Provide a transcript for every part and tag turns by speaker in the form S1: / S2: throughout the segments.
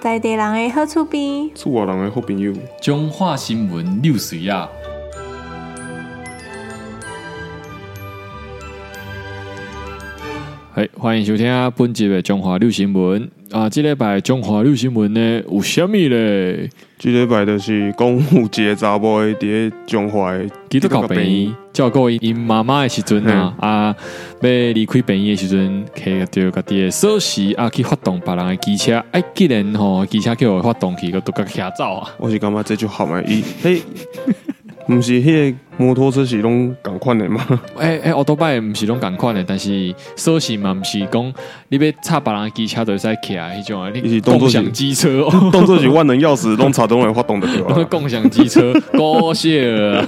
S1: 在地人的好厝边，
S2: 厝外人的好朋友，
S3: 中华新闻六水啊，嘿，欢迎收听本集的中华六新闻啊！这礼拜的中华六新闻呢，有虾米嘞？
S2: 这礼拜就是讲有一个查某的伫咧中华的，
S3: 基督教病院照顾因妈妈的时阵啊，啊，要离开病院的时阵，摕着家己的锁匙啊去发动别人的机车，哎，既然吼机车叫我发动去，个都甲骑走啊！
S2: 我是感觉这就好嘛，伊嘿，毋是迄个摩托车是拢共款的 嘛，
S3: 诶诶，奥多拜毋是拢共款的，但是锁匙嘛毋是讲你要插别人的机车就会使骑啊，迄种啊，
S2: 伊
S3: 你
S2: 是当
S3: 共
S2: 作是
S3: 享机车 哦，
S2: 当做是万能钥匙，拢查拢会发动的对
S3: 拢是
S2: 吧？
S3: 共享机车，高谢了。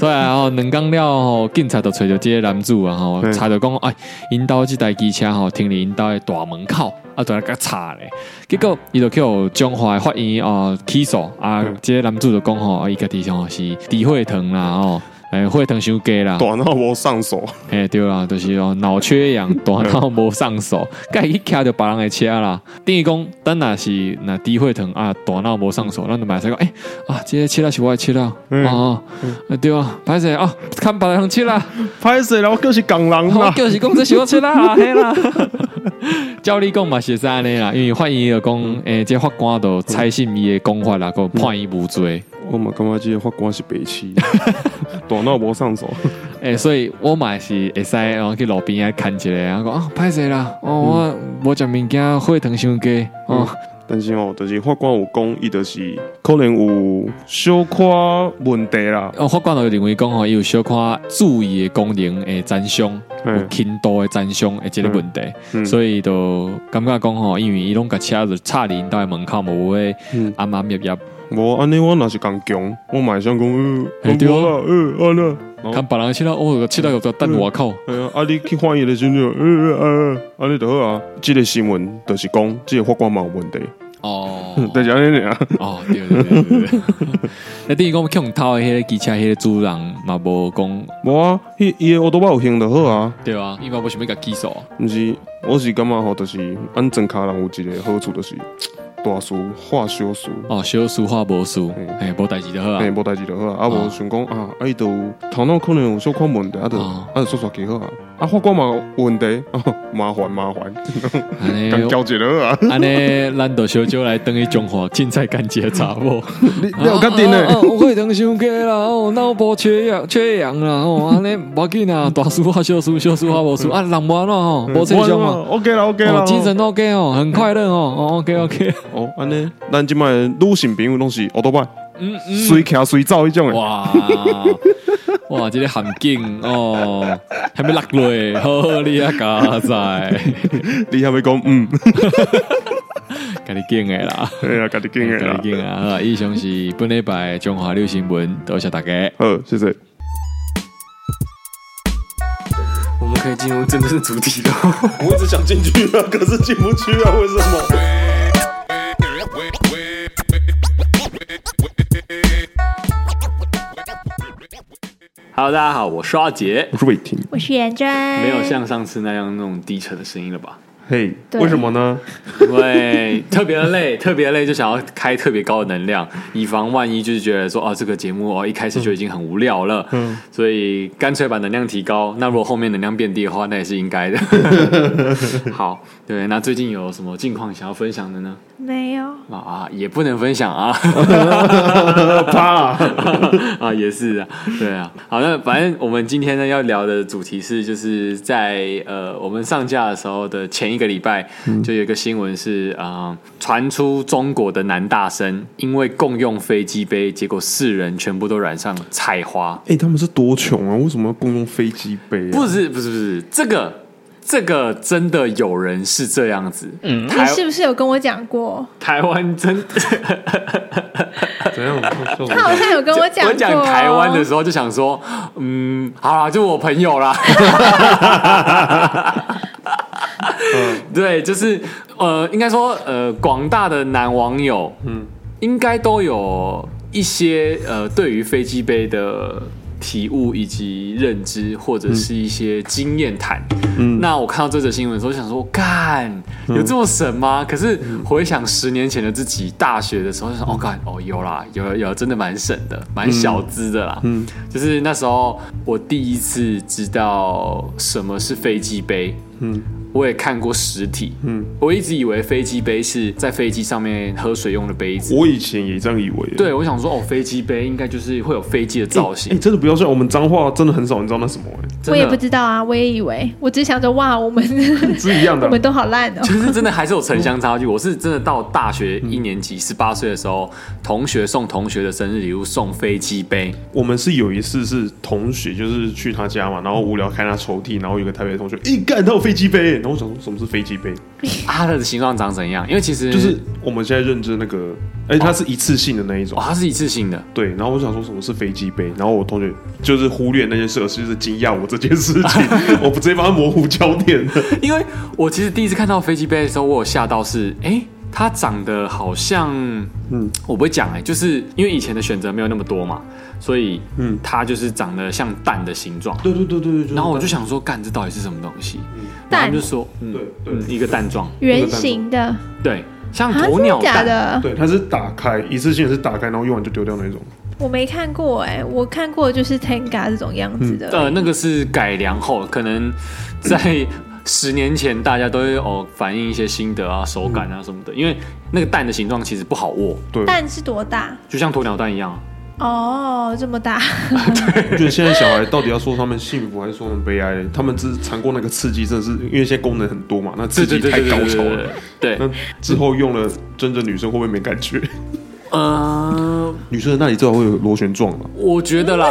S3: 对啊，吼，两工了吼，警察就找着即个男主啊吼，
S2: 嗯
S3: 查着讲，哎，因兜即台机车吼停伫因兜的大门口，啊，就来甲查咧。结果伊就去互中华的法院哦起诉啊
S2: 嗯，
S3: 即个男主就讲吼，啊伊家己吼是低血糖啦吼。诶，血糖伤低啦，
S2: 大脑无上手，
S3: 哎、对啦，就是哦，脑缺氧，大脑无 上手，该去骑着别人的车啦。等于讲，咱若是若低血糖啊，大脑无上手，咱就买使讲，哎、啊，这个车啦是我的车啦，
S2: 嗯
S3: 哦，啊对啊，歹势啊，看别人车 啦，
S2: 歹势啦，我就是共人
S3: 我
S2: 啦，
S3: 就是讲这是我车 啦，啊嘿啦。照理讲嘛是这安尼啦，因为法院就讲，
S2: 嗯
S3: 诶、这法官就采信伊的讲法啦，个判伊无罪。
S2: 我嘛感觉这个法官是白痴， 大脑无上手，
S3: 诶、所以我嘛是会使哦去路边啊牵一个，然后讲啊，歹势啦，
S2: 嗯
S3: 哦，我无食物件，血糖伤低，哦，
S2: 但是吼、就是法官有讲，伊就是可能有小可问题啦，
S3: 哦，法官就认为讲吼，伊有小可注意的功能诶沾伤，有
S2: 嗯
S3: 轻度的沾伤诶即个问题，
S2: 嗯
S3: 所以就感觉讲吼，因为伊拢甲车就插伫因兜的门口无诶
S2: 嗯，
S3: 暗暗夜夜，
S2: 无安尼我若是共强，我嘛会想讲，呃，
S3: 嘿对啊
S2: 我啦，呃，安啦。哦
S3: 看别人车到哦，车到就等外口，
S2: 哎呀，啊！你去翻译的时阵，呃呃呃，安尼就好啊。这个新闻就是讲，这个法官嘛有问题，
S3: 哦，
S2: 就是安尼尔。
S3: 哦，对对对对对， 那等于讲去互偷诶迄个机车迄个主人嘛无讲
S2: 无啊，迄伊的乌托邦有行就好啊。
S3: 对啊，伊嘛无想要甲技术。
S2: 毋是，我是感觉吼，就是按正卡人有一个好处，就是大事化小事，
S3: 哦，小事化无事，哎，无代志就好啊
S2: 嘿，。无代志就好啊。啊，
S3: 哦
S2: 无想讲啊，啊伊就有头脑可能有小可问题，啊就
S3: 哦
S2: 啊就说说去好啊。啊，法官嘛有问题，哦麻烦麻烦，
S3: 安尼，
S2: 共交一个好啊。
S3: 安尼，咱就小少来等去中华凊彩干个查某。
S2: 你 你有确定
S3: 啊啊
S2: 诶？
S3: 啊我会当伤过啦，哦，脑部缺氧，缺氧啦， 哦，安尼无要紧啦，大事化小事，小事化无事，啊，人无安怎吼，无正常
S4: 啊
S3: 嘛。
S2: o k 啦，OK 啦
S3: 哦，，精神 OK 哦，很快乐哦，哦，OK OK，
S2: 哦，安尼，咱即摆女性朋友拢是奥多拜，
S3: 嗯嗯，
S2: 随行随走迄种诶。
S3: 哇哇，这个陷阱哦，还没落落，好你啊，加载，
S2: 你还袂 讲嗯，
S3: 甲你敬诶啦。
S2: 哎呀，家己经诶
S3: 大
S2: 啦
S3: 家。见啊！好啦以上是本礼拜的中华六新闻，多谢大家。
S2: 好，谢谢。
S4: 我们可以进入真正的主题了。
S2: 我一直想进去啊，可是进不去啊，为什么？
S4: Hello，大家好，我是阿杰，
S2: 我是伟霆。
S1: 我是颜真，
S4: 没有像上次那样那种低沉的声音了 吧？
S2: 嘿，
S1: 对
S2: 为什么呢？
S4: 因为特别的累，特别的累，就想要开特别高的能量，以防万一，就是觉得说哦，这个节目哦一开始就已经很无聊了，嗯，所以干脆把能量提高。那如果后面能量变低的话，那也是应 该的。好，对，那最近有什么近况想要分享的呢？
S1: 没有，
S4: 啊啊，也不能分享啊。
S2: 怕
S4: 啊，也是啊，对啊。好，那反正我们今天呢要聊的主题是，就是在呃我们上架的时候的前一个礼拜，就有一个新闻是啊，呃传、出中国的男大生因为共用飞机杯，结果四人全部都染上菜花。
S2: 哎，他们是多穷啊？为什么要共用飞机杯啊？
S4: 不是不是不是，这个这个真的有人是这样子，嗯，
S1: 你
S4: 台
S1: 是不是有跟我讲过？
S4: 台湾真。
S2: 怎样？笑什
S1: 他好
S2: 么？
S1: 像有跟我讲过。啊
S4: 我讲台湾的时候就想说，嗯，好啦，就我朋友啦。 对，就是呃，应该说呃，广大的男网友，嗯，应该都有一些呃，对于飞机杯的
S3: 体悟以及认知，或者是一些经验谈。那我看到这则新闻的时候，想说，干有这么神吗？可是回想十年前的自己，大学的时候就想，哦干，哦有啦，有有真的蛮神的，蛮小资的啦。嗯，就是那时候我第一次知道什么是飞机杯。嗯。我也看过实体，嗯，我一直以为飞机杯是在飞机上面喝水用的杯子，
S2: 我以前也这样以为。
S3: 对，我想说，哦，飞机杯应该就是会有飞机的造型
S2: 哎、，真的不要算，我们脏话真的很少人知道那什么、哎，
S1: 我也不
S3: 真的
S1: 知道啊，我也以为，我只想着哇，我们
S2: 是一样的
S1: 我们都好烂哦。
S3: 就是真的还是有城乡差距。我是真的到大学一年级十八岁的时候，同学送同学的生日礼物送飞机杯，
S2: 我们是有一次是同学，就是去他家嘛，然后无聊开他抽屉，然后有个台北的同学，哎、干，他有飞机杯，然后我想说什么是飞机杯，
S3: 啊它的形状长怎样？因为其实
S2: 就是我们现在认知那个，而且它是一次性的那一种，
S3: 哦，它是一次性的，
S2: 对。然后我想说什么是飞机杯，然后我同学就是忽略那件事，而是就是惊讶我这件事情， 我直接帮他模糊焦点了。
S3: 因为我其实第一次看到飞机杯的时候，我有吓到是，哎、它长得好像，嗯，我不会讲哎、就是因为以前的选择没有那么多嘛，所以，嗯，它就是长得像蛋的形状。
S2: 对对对对对，就是
S3: 然后我就想说，干这到底是什么东西？然后他
S1: 蛋
S3: 们就说，嗯，
S2: 对对
S3: 嗯一个蛋状，
S1: 圆形的啊，
S3: 对，像鸵
S1: 真
S3: 鸟
S1: 的假
S3: 蛋，
S1: 的？
S2: 对，它是打开一次性是打开，然后用完就丢掉那种。
S1: 我没看过哎，我看过就是 Tenga 这种样子的，
S3: 呃，那个是改良后，可能在十年前大家都会哦反映一些心得啊、手感啊什么的，因为那个蛋的形状其实不好握，
S2: 对，
S1: 蛋是多大？
S3: 就像鸵鸟蛋一样啊。
S1: 哦，这么大，
S2: 我觉得现在小孩到底要说他们幸福还是说他们悲哀？他们只尝过那个刺激，真的是因为现在功能很多嘛，那刺激太高超了。，
S3: 对，
S2: 那之后用了真正女生会不会没感觉？嗯
S3: 呃，
S2: 女生的那里至少会有螺旋状了。
S3: 我觉得啦，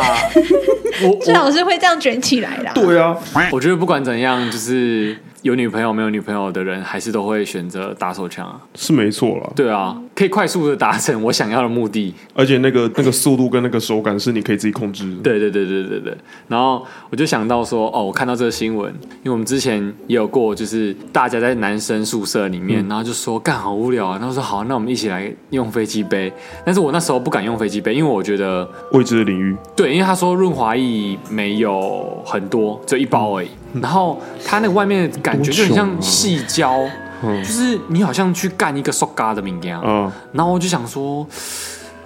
S3: 我
S1: 最
S3: 我
S1: 好是会这样卷起来啦。
S2: 对啊，
S3: 我觉得不管怎样，就是有女朋友没有女朋友的人，还是都会选择打手枪啊。
S2: 是没错啦。
S3: 对啊，可以快速的达成我想要的目的。
S2: 而且那个那个速度跟那个手感是你可以自己控制的。
S3: 对对对对对对。然后我就想到说，哦，我看到这个新闻，因为我们之前也有过，就是大家在男生宿舍里
S2: 嗯
S3: 面，然后就说干好无聊啊，然后说好，那我们一起来用飞机杯。但是我那时候不敢用飞机杯，因为我觉得
S2: 未知的领域，
S3: 对，因为他说润滑液没有很多，只有一包而已。然后它那个外面的感觉就
S2: 嗯
S3: 很
S2: 多
S3: 像
S2: 种啊嗯
S3: 细胶，就是你好像去干一个 s o g a 的名啊。
S2: 啊，
S3: 然后我就想说，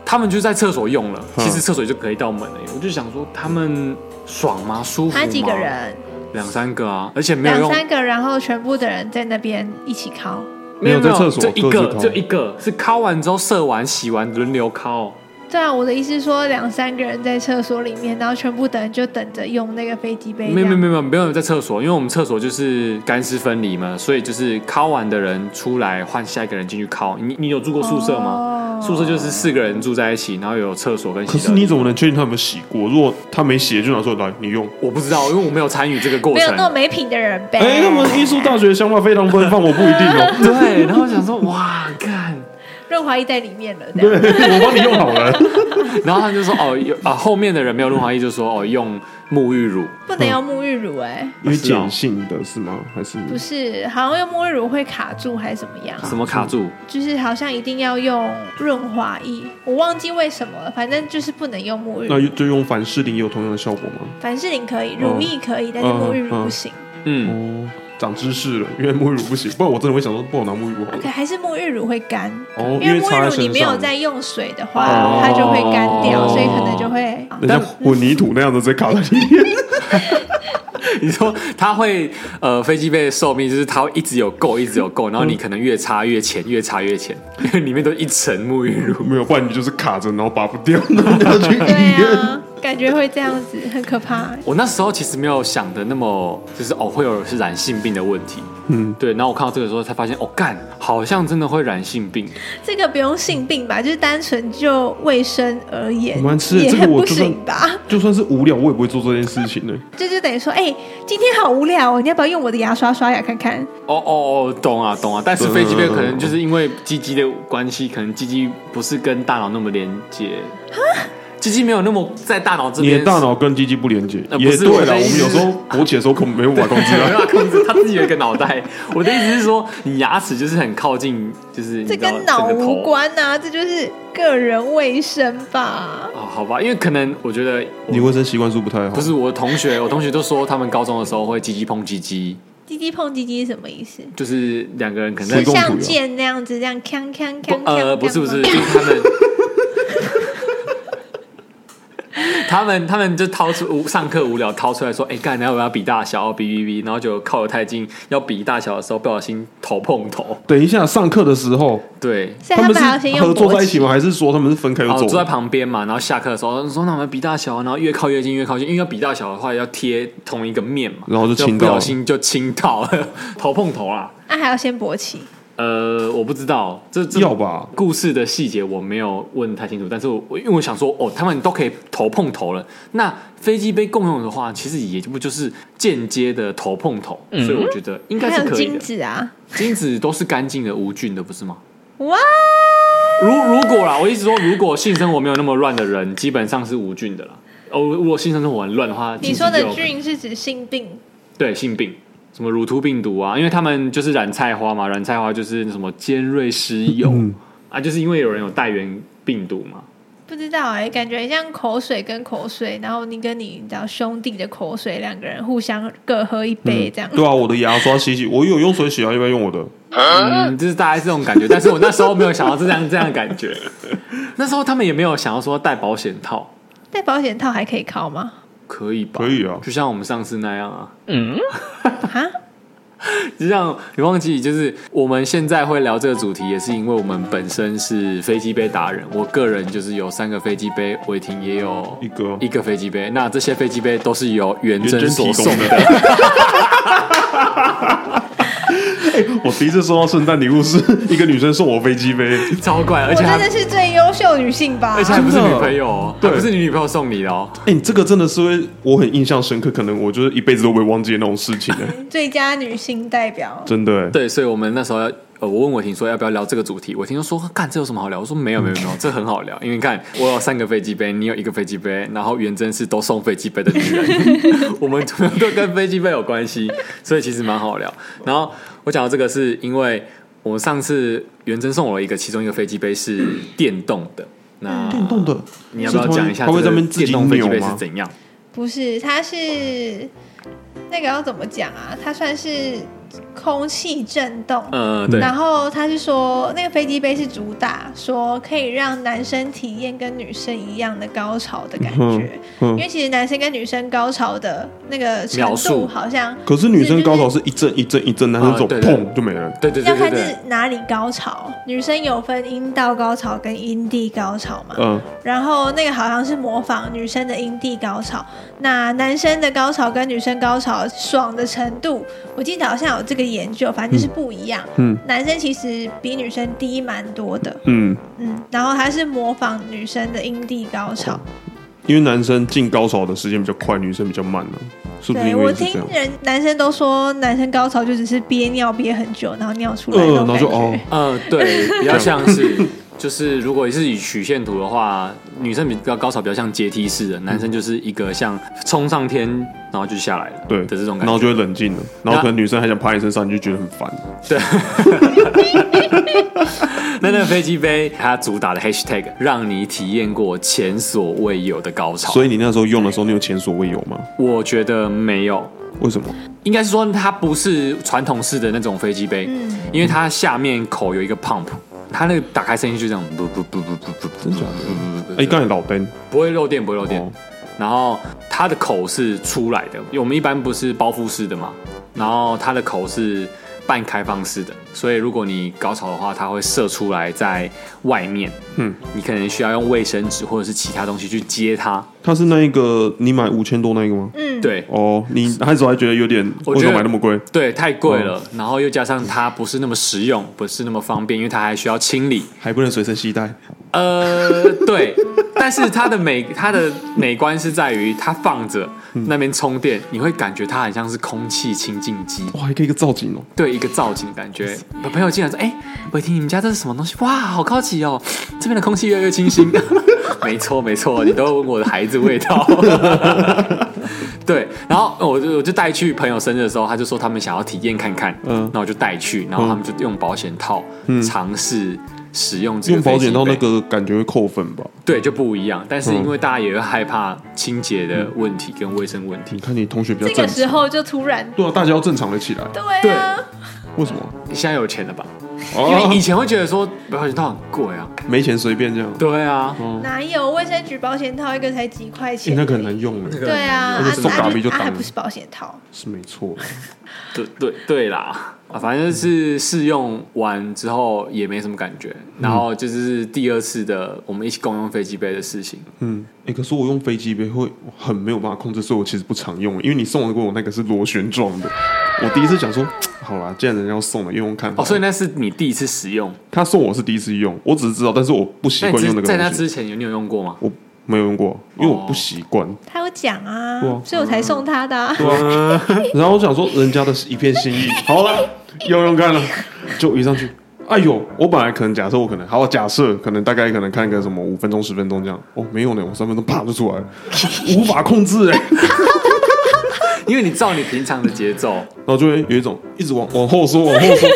S3: 他们就在厕所用了，
S2: 嗯
S3: 其实厕所就可以到门了。我就想说，他们爽吗？舒服吗？
S1: 他几个？人？
S3: 两三个啊，而且没有
S1: 两
S3: 用，
S1: 三个，然后全部的人在那边一起敲。
S3: 没有
S2: 没有在厕所
S3: 就一
S2: 各自
S3: 个
S2: 烤
S3: 就一个是敲完之后射完洗完轮流敲。
S1: 对啊，我的意思是说，两三个人在厕所里面，然后全部等人就等着用那个飞机杯这样。
S3: 没有没有没有没有在厕所，因为我们厕所就是干湿分离嘛，所以就是敲完的人出来换下一个人进去敲。你你有住过宿舍吗？
S1: 哦
S3: 宿舍就是四个人住在一起，然后有厕所跟洗
S2: 可
S3: 手
S2: 是
S3: 间。
S2: 你怎么能确定他有没有洗过？如果他没洗，就拿出来来你用。
S3: 我不知道，因为我没有参与这个过
S1: 没有
S3: 程。
S1: 那么没品的人呗。
S2: 哎，他们艺术大学的想法非常奔放，我不一定 哦。
S3: 对，然后想说哇，干，
S1: 润滑液在里面了，这
S2: 对，
S1: 样
S2: 我帮你用好了。
S3: 然后他就说哦，有啊，后面的人没有润滑液，就说哦，用沐浴乳。
S1: 不能用沐浴乳哎、
S2: 因为
S3: 是哦
S2: 碱性的是吗？还是
S1: 不是，好像用沐浴乳会卡住还是怎么样？
S3: 什么卡住？
S1: 就是好像一定要用润滑液，我忘记为什么了，反正就是不能用沐浴
S2: 那
S3: 哦
S1: 乳。
S2: 就用凡士林也有同样的效果吗？
S1: 凡士林可以，乳液可以，但是沐浴
S3: 哦
S1: 乳不行。
S3: 嗯，
S2: 哦，长知识了，因为沐浴乳不行，不然我真的会想说，不然我拿沐浴乳好了
S1: OK，。还是沐浴乳会干。
S2: 哦，
S1: 因为沐
S2: 擦在
S1: 浴乳你
S2: 身
S1: 没有
S2: 上，
S1: 在用水的话，
S3: 哦
S1: 它就会干掉，
S3: 哦
S1: 所以可能就会啊
S2: 人家混凝土那样的直接卡在里面。
S3: 你说它会呃，飞机杯的寿命就是它会一直有垢，一直有垢，然后你可能越擦越浅，越擦越浅， 因为里面都一层沐浴乳。
S2: 没有，不然你就是卡着，然后拔不掉， 然后你要去医
S1: 对
S2: 院。
S1: 啊，感觉会这样子，很可怕。
S3: 我那时候其实没有想的那么，就是哦，会有是染性病的问题。嗯，对。然后我看到这个时候才发现，哦，干，好像真的会染性病。
S1: 这个不用性病吧，就是单纯就卫生而言，
S2: 我们吃的
S1: 也
S2: 这个，我
S1: 不
S2: 就算
S1: 行吧？
S2: 就算是无聊，我也不会做这件事情的。
S1: 就是等于说，哎、今天好无聊、哦，你要不要用我的牙刷刷牙看看？
S3: 哦哦哦，懂啊懂啊。但是飞机杯可能就是因为鸡鸡的关系，可能鸡鸡不是跟大脑那么连接。鸡鸡没有那么在大脑这
S2: 你
S3: 边，
S2: 的大脑跟鸡鸡不连接，
S3: 呃不
S2: 也
S3: 是
S2: 对
S3: 我
S2: 了。
S3: 的意
S2: 我
S3: 思
S2: 们有时候勃起的时候可没有办法控制
S3: 没
S2: 啊。
S3: 办法控制，他自己有一个脑袋。我的意思是说，你牙齿就是很靠近，就是你
S1: 这
S3: 知道
S1: 跟脑
S3: 整个头
S1: 无关呐、这就是个人卫生吧。
S3: 哦，好吧，因为可能我觉得我
S2: 你卫生习惯是不太好，
S3: 不是我的同学，我同学都说他们高中的时候会鸡鸡碰鸡鸡，
S1: 鸡鸡碰鸡鸡是什么意思？
S3: 就是两个人可能
S1: 是
S2: 共处
S1: 像
S2: 有
S1: 剑那样子，这样锵锵锵锵。
S3: 呃，
S1: 锵
S3: 不是不
S1: 吗
S3: 是，就是他们，他们他们就掏出无上课无聊掏出来说，哎、干，然后我要比大小，比比比，然后就靠得太近，要比大小的时候不小心头碰头，
S2: 等一下上课的时候，
S3: 对。
S1: 所以他们还要先
S2: 是
S1: 用
S2: 合作在一起
S1: 勃
S2: 吗？
S1: 起？
S2: 还是说他们是分开
S3: 然
S2: 又
S3: 后
S2: 走
S3: 哦坐在
S2: 了？
S3: 旁边嘛，然后下课的时候说：“那我们比大小。”然后越靠越近，越靠近，因为要比大小的话要贴同一个面嘛，
S2: 然后就亲
S3: 不
S2: 到了
S3: 小心就亲到了，头碰头啦。
S1: 那、还要先勃起，
S3: 呃，我不知道这这
S2: 要吧
S3: 故事的细节我没有问太清楚，但是我我因为我想说，哦，他们都可以头碰头了，那飞机杯共用的话，其实也就不就是间接的头碰头，所以我觉得应该
S1: 还
S3: 是
S1: 有
S3: 可以
S1: 精
S3: 的。
S1: 子啊！
S3: 精子都是干净的、无菌的，不是吗？
S1: 哇，
S3: 如如果啦，我一直说，如果性生活没有那么乱的人，基本上是无菌的啦。哦，如果性生活很乱的话，
S1: 你说的
S3: 精子就有
S1: 菌是指性病，
S3: 对性病，什么乳突病毒啊，因为他们就是染菜花嘛，染菜花就是什么尖锐湿疣、啊，就是因为有人有带源病毒嘛。
S1: 不知道哎、感觉像口水跟口水，然后你跟你你知道兄弟的口水，两个人互相各喝一杯这样。
S2: 对啊，我的牙刷洗洗，我有用水洗啊，要不要用我的？
S3: 嗯，就是大概是这种感觉，但是我那时候没有想到是这样这样的感觉。 那时候他们也没有想要说带保险套，
S1: 戴保险套还可以靠吗？
S3: 可以吧？
S2: 可以啊
S3: 就像我们上次那样啊。
S1: 哈，
S3: 就像你忘记，就是我们现在会聊这个主题，也是因为我们本身是飞机杯达人。我个人就是有三个飞机杯，伟霆也有
S2: 一个
S3: 一个飞机杯。那这些飞机杯都是由元
S2: 元
S3: 真
S2: 真
S3: 所
S2: 提
S3: 送
S2: 供
S3: 的。
S2: 的。
S3: 哎
S2: 我第一次收到圣诞礼物是一个女生送我飞机杯，
S3: 超怪，而
S1: 我
S3: 且
S1: 真
S3: 还
S1: 的是最优秀女性吧
S3: 而？且还不是
S2: 真的
S3: 女朋友、哦，
S2: 对
S3: 还不是你女朋友送你的哦。
S2: 哎、你这个真的是会我很印象深刻，可能我就是一辈子都不会忘记的那种事情、 哎，
S1: 最佳女性代表，
S2: 真的、 哎
S3: 对，所以我们那时候要。呃，我问伟霆说要不要聊这个主题，伟霆就说干这有什么好聊？我说没有没有没有，这很好聊，因为看我有三个飞机杯，你有一个飞机杯，然后元真是都送飞机杯的女人， 我们全部都跟飞机杯有关系，所以其实蛮好聊。然后我讲到这个是因为我上次元真送我一个，其中一个飞机杯是电动的，那
S2: 电动的，
S3: 你要不要
S2: 是它会
S3: 讲一下
S2: 它
S3: 这
S2: 会在那
S3: 个
S2: 边自
S3: 电
S2: 己
S3: 动飞机
S2: 扭
S3: 杯是
S2: 吗？
S3: 怎样？
S1: 不是，它是那个要怎么讲啊？它算是空气震动。
S2: 嗯
S3: 呃，对，
S1: 然后他是说，那个飞机杯是主打说可以让男生体验跟女生一样的高潮的感觉，
S2: 嗯嗯
S1: 因为其实男生跟女生高潮的那个程
S3: 秒
S1: 度
S3: 数
S1: 好像
S2: 可是女生高潮
S1: 是
S2: 是一阵一阵一阵，男生
S3: 啊
S2: 走
S3: 对对
S2: 砰就没了。
S3: 对对
S1: 就是要
S3: 对
S1: 看
S3: 对对
S1: 是，哪里高潮，女生有分阴道高潮跟阴蒂高潮
S3: 哦
S1: 嘛，
S2: 嗯，
S1: 然后那个好像是模仿女生的阴蒂高潮，那男生的高潮跟女生高潮爽的程度，我记得好像有这个研究，反正就是不一样。
S2: 嗯，
S1: 男生其实比女生低蛮多的，
S2: 嗯，
S1: 嗯，然后他是模仿女生的阴蒂高
S2: 哦
S1: 潮。
S2: 因为男生进高潮的时间比较快，女生比较慢呢、是不是
S1: 对
S2: 因
S1: 我
S2: 为是这
S1: 听
S2: 样？
S1: 人男生都说，男生高潮就只是憋尿憋很久，然后尿出来
S2: 呃，
S1: 那
S2: 然
S1: 种感
S2: 后就
S1: 觉。
S2: 哦，
S3: 呃，对，比较像是，就是如果是以曲线图的话，女生比较高潮比较像阶梯式的，男生就是一个像冲上天，然后就下来了，
S2: 对
S3: 的这种感
S2: 然后
S3: 觉。
S2: 就会冷静了，然后可能女生还想趴你身上，你就觉得很烦。
S3: 那那个飞机杯它主打的 hashtag 让你体验过前所未有的高潮，
S2: 所以你那时候用的时候，你有前所未有吗？
S3: 我觉得没有。
S2: 为什么？
S3: 应该是说它不是传统式的那种飞机杯，
S1: 嗯
S3: 因为它下面口有一个 pump，它那个打开声音就这样，不不不不不不，
S2: 真假的
S3: 不不
S2: 哎，刚才老登，
S3: 不会漏电，不会漏电。
S2: 哦
S3: 然后它的口是出来的，因为我们一般不是包覆式的嘛，然后它的口是半开放式的，所以如果你高潮的话，它会射出来在外面。
S2: 嗯，
S3: 你可能需要用卫生纸或者是其他东西去接它。
S2: 他是那一个你买五千多那个吗？
S1: 嗯，
S3: 对
S2: 哦，你那时候还觉得有点，
S3: 我
S2: 为什
S3: 觉
S2: 么
S3: 得
S2: 买那么贵？
S3: 对，太贵
S2: 哦
S3: 了，然后又加上它不是那么实用，不是那么方便，因为它还需要清理。
S2: 还不能随身携带？
S3: 呃，对，但是它的美，它的美观是在于它放着那边充电，你会感觉它很像是空气清净机，
S2: 哇，还可以一个造景哦，
S3: 对一个造景感觉。我朋友进来说：“哎、伟霆，你们家这是什么东西？哇，好高级哦！这边的空气越来越清新。” 没错，没错，你都闻我的孩子味道。 对，然后哦我就我就带去朋友生日的时候，他就说他们想要体验看看，
S2: 嗯
S3: 嗯，那我就带去，然后他们就用保险套尝试使用这个
S2: 用保险套
S3: 飞
S2: 那
S3: 机杯
S2: 个感觉会扣分吧？
S3: 对，就不一样。但是
S2: 嗯
S3: 因为大家也会害怕清洁的问题跟卫生问题，
S2: 你看你同学比较
S1: 这
S2: 正
S1: 个时
S2: 常，
S1: 候就突然，
S2: 对啊，大家要正常的起来，
S1: 对啊，
S2: 为什么？
S3: 你现在有钱了吧？
S2: 嗯
S3: 因
S2: 哦
S3: 为以，前会觉得说保险套很贵啊，
S2: 没钱随便这样，
S3: 对啊，
S1: 哪有卫生局保险套一个才几块
S2: 欸
S1: 钱？
S2: 那个很难用哎，
S1: 对啊，
S2: 而且送
S1: 啊
S2: 达米就
S1: 啊还
S2: 挡
S1: 不是保险套，
S2: 是没错，
S3: 对对对啦，啊，反正是试用完之后也没什么感觉，然后就是第二次的我们一起共用飞机杯的事情，
S2: 嗯，哎，可是我用飞机杯会很没有办法控制，所以我其实不常用，因为你送的给我那个是螺旋状的，我第一次想说，好啦，既然人家要送了，用用看好了。
S3: 哦，所以那是你第一次使用，
S2: 他送我是第一次用，我只是知道，但是我不习
S3: 那
S2: 惯
S3: 你
S2: 用那
S3: 之
S2: 个
S3: 在那
S2: 东西。
S3: 之哦前有你有用过吗？
S2: 我没有用过，因为我不习惯。
S1: 他有讲啊
S2: 对啊，
S1: 所以我才送他的
S2: 嗯
S1: 啊。
S2: 然后我想说，人家的是一片心意，好了，用用看了，就移上去。哎呦，我本来可能假设我可能好假设可能大概可能看个什么五分钟十分钟这样，哦没有呢，我三分钟啪就出来了，无法控制哎、
S3: 因为你照你平常的 节奏，
S2: 然后就会有一种一直往往后缩往后 缩，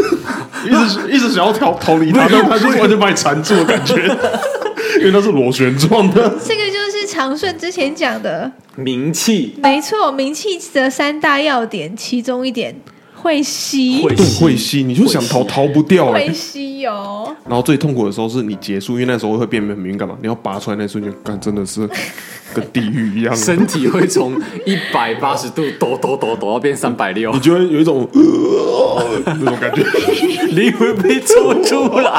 S2: 我一直一直想要逃逃离它，但它就是完全把你缠住的感觉， 因为它是螺旋状的。
S1: 这个就是长顺之前讲的，
S3: 名气
S1: 没错，名气的三大要点，其中一点会吸，
S3: 会
S2: 对，
S3: 吸
S2: 会吸，你就想逃
S3: 会吸
S2: 逃不掉哎、
S1: 会吸哦油。
S2: 然后最痛苦的时候是你结束，因为那时候会变得很敏感嘛，你要拔出来那瞬间，干真的是跟地狱一样，
S3: 身体会从一百八十度抖抖抖抖到变三百六
S2: 你，就会有一种、呃、那种 感觉。
S3: 灵魂被抽出来。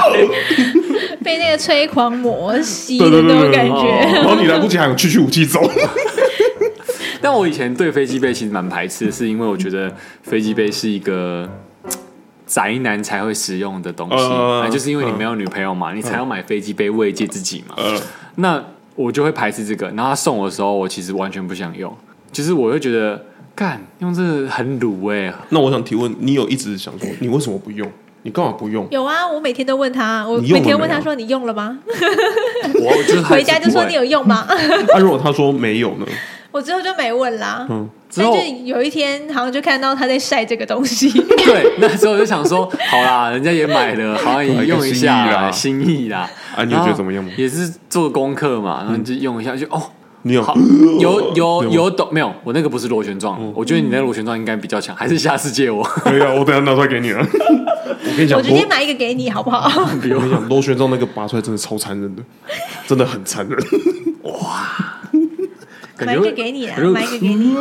S1: 被那个催狂魔吸的
S2: 对对对
S1: 那种
S2: 对对
S1: 感
S2: 哦
S1: 觉。
S2: 然后你来不及喊有去去武器 走，
S3: 但我以前对飞机杯其实蛮排斥的，是因为我觉得飞机杯是一个嘖宅男才会使用的东西，
S2: 呃
S3: 那就是因为你没有女朋友嘛，你才要买飞机杯慰藉自己嘛。
S2: 呃，
S3: 那我就会排斥这个。然后他送我的时候，我其实完全不想用，就是我会觉得干用这个很卤哎、
S2: 那我想提问，你有一直想说你为什么不用？你干嘛不用？
S1: 有啊，我每天都问他，我
S2: 你用
S1: 每
S2: 了
S1: 天问
S2: 没有
S1: 他说你用了吗？
S3: 我就是还是
S1: 回家就说
S3: 不会
S1: 你有用吗？
S2: 啊，如果他说没有呢？
S1: 我之后就没问啦。
S2: 嗯，
S3: 之
S1: 但
S3: 后
S1: 就有一天，好像就看到他在晒这个东西，
S3: 对，那时候我就想说，好啦，人家也买了，好像也用一下啦，心意啦。
S2: 啊你有觉得怎么样吗
S3: 也是做功课嘛，然后就用一下，就哦，
S2: 你有
S3: 好，
S2: 嗯
S3: 有有有懂没有？我那个不是螺旋状，我觉得你那个螺旋状应该比较强，还是下次借我。
S2: 可以啊，我等一下拿出来给你啊。我 跟你讲，
S1: 我直接
S2: 螺
S1: 买一个给你好不 好？
S2: 我跟你讲，螺旋状那个拔出来真的超残忍的，真的很残忍。
S3: 感
S1: 买
S3: 觉
S1: 一个
S3: 会
S1: 给你啊，
S3: 感觉
S1: 买一个给
S2: 嗯
S1: 你。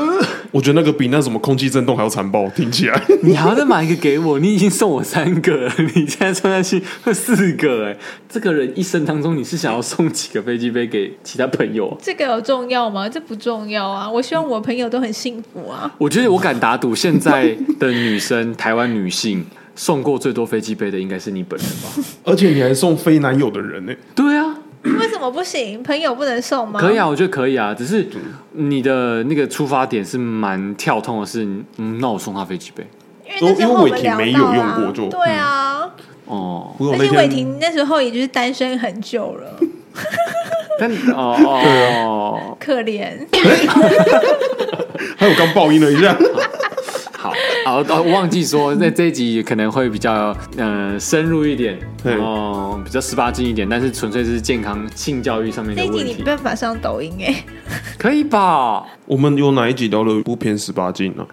S2: 我觉得那个比那什么空气震动还要残暴，听起来。
S3: 你还要再买一个给我，你已经送我三个了，你现在送下去会四个哎、这个人一生当中，你是想要送几个飞机杯给其他朋友啊？
S1: 这个有重要吗？这不重要啊！我希望我朋友都很幸福啊。
S3: 我觉得我敢打赌，现在的女生，台湾女性送过最多飞机杯的应该是你本人 吧？
S2: 而且你还送非男友的人呢、
S3: 对啊，
S1: 为什么不行？朋友不能送吗？
S3: 可以啊，我觉得可以
S1: 嗯
S3: 啊，只是你的那个出发点是蛮跳痛的是，嗯，那我送他飞机杯
S1: 因为那时候我们聊
S2: 因为伟霆没
S1: 到
S2: 有
S1: 啊，
S2: 用过就
S1: 对啊，
S3: 哦，
S2: 不过
S1: 而
S2: 那
S1: 且伟
S2: 天
S1: 霆那时候也就是单身很久了，
S3: 但哦 哦，
S1: 可怜。
S2: 还有刚爆音了一下，
S3: 好，好，哦我忘记说，在这一集可能会比较呃深入一点，
S2: 对
S3: 哦，比较十八禁一点，但是纯粹是健康性教育上面
S1: 这
S3: 的
S1: 一集
S3: 问
S1: 你没
S3: 题，
S1: 办法上抖音哎、
S3: 可以吧？
S2: 我们有哪一集聊的不偏十八禁呢、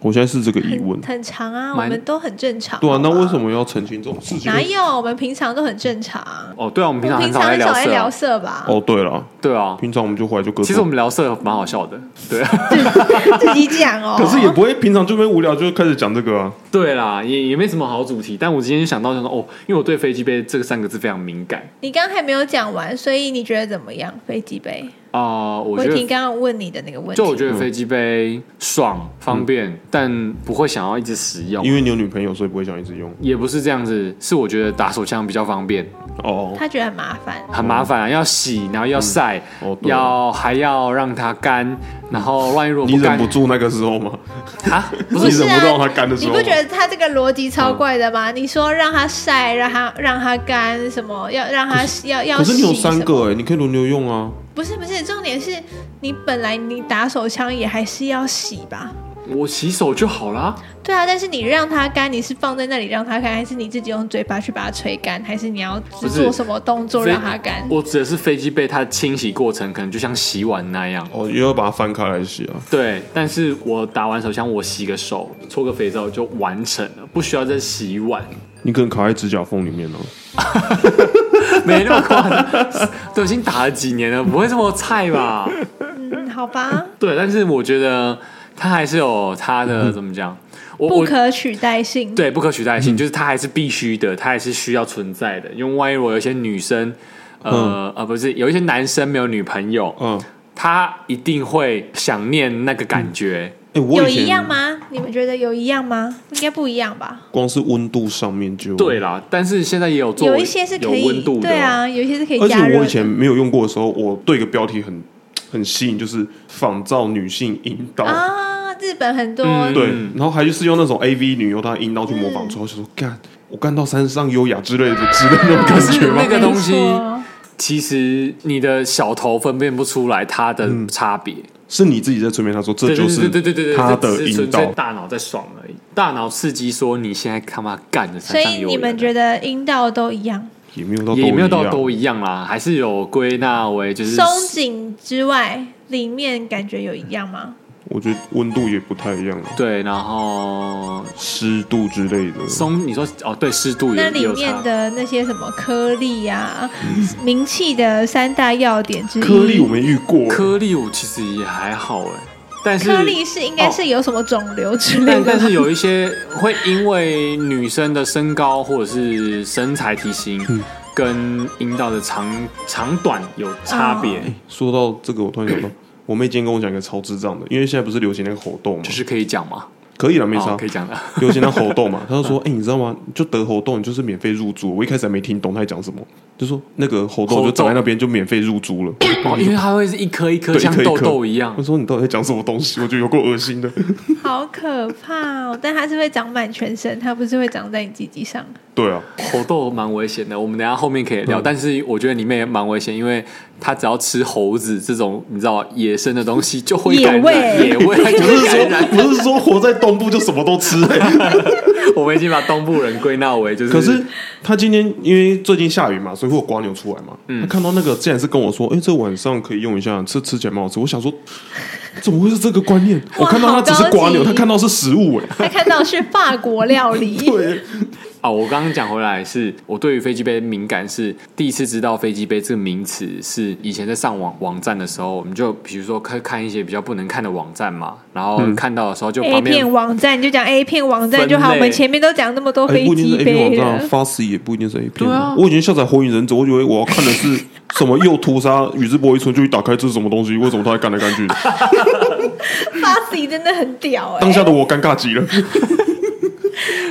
S2: 我现在是这个疑问
S1: 很。很长啊，我
S3: 蛮
S1: 们都很正常。
S2: 对啊，
S1: 好
S2: 那
S1: 吗
S2: 为什么要澄清这种事情
S1: 哪？有？我们平常都很正常。
S3: 哦，对啊，我们平
S1: 我
S3: 常很
S1: 平
S3: 少
S1: 常
S3: 在
S1: 很
S3: 聊
S1: 少在
S3: 色
S1: 聊
S3: 啊，
S1: 色吧？
S2: 哦，对了，
S3: 对啊，
S2: 平常我们就回来就各自。
S3: 其实我们聊色蛮好笑的，对啊。
S1: 自己讲哦。
S2: 可是也不会平常就边无聊就开始讲这个啊。
S3: 对啦，也也没什么好主题，但我今天想到想说，哦，因为我对飞机杯这个三个字非常敏感，
S1: 你刚刚还没有讲完，所以你觉得怎么样？飞机杯？
S3: 啊、我
S1: 伟
S3: 觉
S1: 霆
S3: 得。
S1: 刚刚问你的那个问题，
S3: 就我觉得飞机杯爽方便，但不会想要一直使
S2: 嗯
S3: 用
S2: 因。为你有女朋友，所以不会想一直用。
S3: 也不是这样子，是我觉得打手枪比较方便，
S2: 哦
S1: 他觉得很麻烦，
S3: 很麻烦啊，要洗，然后要晒，
S2: 哦，对
S3: 要还要让它干，然后万一如果
S2: 你
S3: 不干
S2: 忍不住那个时候吗？
S3: 啊，不
S1: 不
S3: 是
S2: 你
S1: 是
S2: 忍
S1: 啊
S2: 不到它干的时
S1: 你
S2: 候
S1: 不觉得他这个逻辑超怪的吗？你说让他晒，让他让他干，什么要让他要要
S2: 可是你有
S1: 洗什么
S2: 三个哎，你可以轮流用啊。
S1: 不是不是，重点是你本来你打手枪也还是要洗吧？
S3: 我洗手就好啦。
S1: 对啊，但是你让它干，你是放在那里让它干，还是你自己用嘴巴去把它吹干，还是你要
S3: 不是
S1: 做什么动作
S3: 飞
S1: 让它干？
S3: 我指的是飞机被它清洗过程，可能就像洗碗那样。
S2: 哦，也要把它翻开来洗啊。
S3: 对，但是我打完手枪，我洗个手，搓个肥皂就完成了，不需要再洗 碗，
S2: 你可能卡在指甲缝里面啊了。
S3: 没那么夸张。都已经打了几年了，不会这么菜吧？
S1: 嗯，好吧，
S3: 对，但是我觉得它还是有它的怎么讲，我
S1: 不
S3: 我
S1: 可取代性。
S3: 对不可取代性，就是它还是必须的，它还是需要存在的。因为万一我有一些女生，呃、啊，不是有一些男生没有女朋友，
S2: 嗯，
S3: 他一定会想念那个感觉。
S2: 哎，我
S1: 有
S2: 以前
S1: 一样吗？你们觉得有一样吗？应该不一样吧。
S2: 光是温度上面就
S3: 对啦，但是现在也有做
S1: 有一些是可
S3: 有温
S1: 以
S3: 度，的，
S1: 对，啊，有一些是可以
S2: 而
S1: 加
S2: 且
S1: 热
S2: 我以
S1: 的。
S2: 前没有用过的时候，我对一个标题很很吸引，就是仿造女性阴道。
S1: 啊，日本很多，
S3: 嗯
S2: 对
S3: 嗯，
S2: 然后还就是用那种 A V 女优她的阴道去模仿，
S1: 嗯
S2: 之后就说干，我干到山上优雅之类的之类的那种感觉吗
S3: 那？个东西
S1: 没错
S3: 其实你的小头分辨不出来它的差别，
S2: 是你自己在催眠她说，嗯这
S3: 对
S2: 就
S3: 对
S2: 是
S3: 对对对对对，
S2: 她
S3: 这只
S2: 的
S3: 是
S2: 阴
S3: 纯
S2: 道
S3: 粹。大脑在爽而已，大脑刺激说你现在他妈干的，
S1: 所以你们觉得阴道都一样，
S2: 也没有到
S3: 也没有到
S2: 都
S3: 都一样啦，还是有归纳为就是
S1: 松紧之外，里面感觉有一样吗？
S2: 我觉得温度也不太一样啊，
S3: 对，然后
S2: 湿度之类的。
S3: 松，你说哦，对，湿度
S1: 那
S3: 也
S1: 里
S3: 有
S1: 面
S3: 差。
S1: 的那些什么颗粒啊，名气的三大要点之一。
S2: 颗粒我没遇过，
S3: 颗粒我其实也还好哎，但是
S1: 颗粒是应该是有什么肿瘤之类
S3: 但
S1: 的
S3: 但
S1: 吧。
S3: 是有一些会因为女生的身高或者是身材体型，
S2: 嗯
S3: 跟阴道的长长短有
S1: 哦
S3: 差别，
S2: 说到这个，我突然想 到，我妹今天跟我讲一个超智障的，因为现在不是流行那个猴痘嘛，
S3: 就是可以讲嘛，
S2: 可以了，没
S3: 哦
S2: 啥，
S3: 可以讲的。
S2: 流行那猴痘 嘛，她就说，哎、你知道吗？就得猴痘，你就是免费入住。我一开始还没听懂她在讲什么，就说那个猴痘
S3: 猴
S2: 就
S3: 痘
S2: 长在那边就免费入住了。
S3: 哦，因为它会是一颗一颗
S2: 对
S3: 像
S2: 一颗一
S3: 痘
S2: 颗
S3: 痘一样
S2: 我，说你到底在讲什么东西？我觉得有够恶心的。
S1: 好可怕哦！但它是会长满全身，它不是会长在你鸡鸡 上。
S2: 对啊，
S3: 猴痘蛮危险的。我们等一下后面可以
S2: 嗯
S3: 聊，但是我觉得里面也蛮危险，因为它只要吃猴子这种你知道野生的东西就会
S1: 野
S3: 感染，
S1: 味
S3: 野 味
S2: 不
S3: 就是
S2: 说
S3: 会感染。
S2: 不是说活在东部就什么都吃、欸，
S3: 我们已经把东部人归纳为就是，
S2: 可是他今天因为最近下雨嘛，所以会有瓜牛出来嘛。他看到那个，竟然是跟我说：“哎、这晚上可以用一下，吃吃起来蛮好吃。”我想说，怎么会是这个观念？
S1: 哇
S2: 我看到他只是
S1: 好
S2: 瓜
S1: 高级
S2: 牛，他看到是食物、
S1: 它
S2: 哎，
S1: 看到是法国料 理，
S2: 对，
S3: 啊，我刚刚讲回来是，我对于飞机杯敏感是第一次知道飞机杯这个名词是以前在上网网站的时候，我们就比如说看看一些比较不能看的网站嘛，然后看到的时候就
S1: A
S3: 旁边
S1: 片网站，你就讲 A 片网站就好。
S3: 分
S1: 我
S3: 类
S1: 们前面都讲那么多
S2: 哎
S1: 飞
S2: 不一定
S1: 机
S2: 是 A 片
S1: 杯
S2: 网站
S1: 了
S2: 啊，
S3: 哦
S2: ，Fast 也不一定是 A 片、
S3: 对啊
S2: 我已经下载《火影忍者》，我以为我要看的是什么又屠杀宇智波一村，就一打开这是什么东西？为什么他还干来干去？
S1: 巴西真的很屌哎、
S2: 当下的我尴尬极了。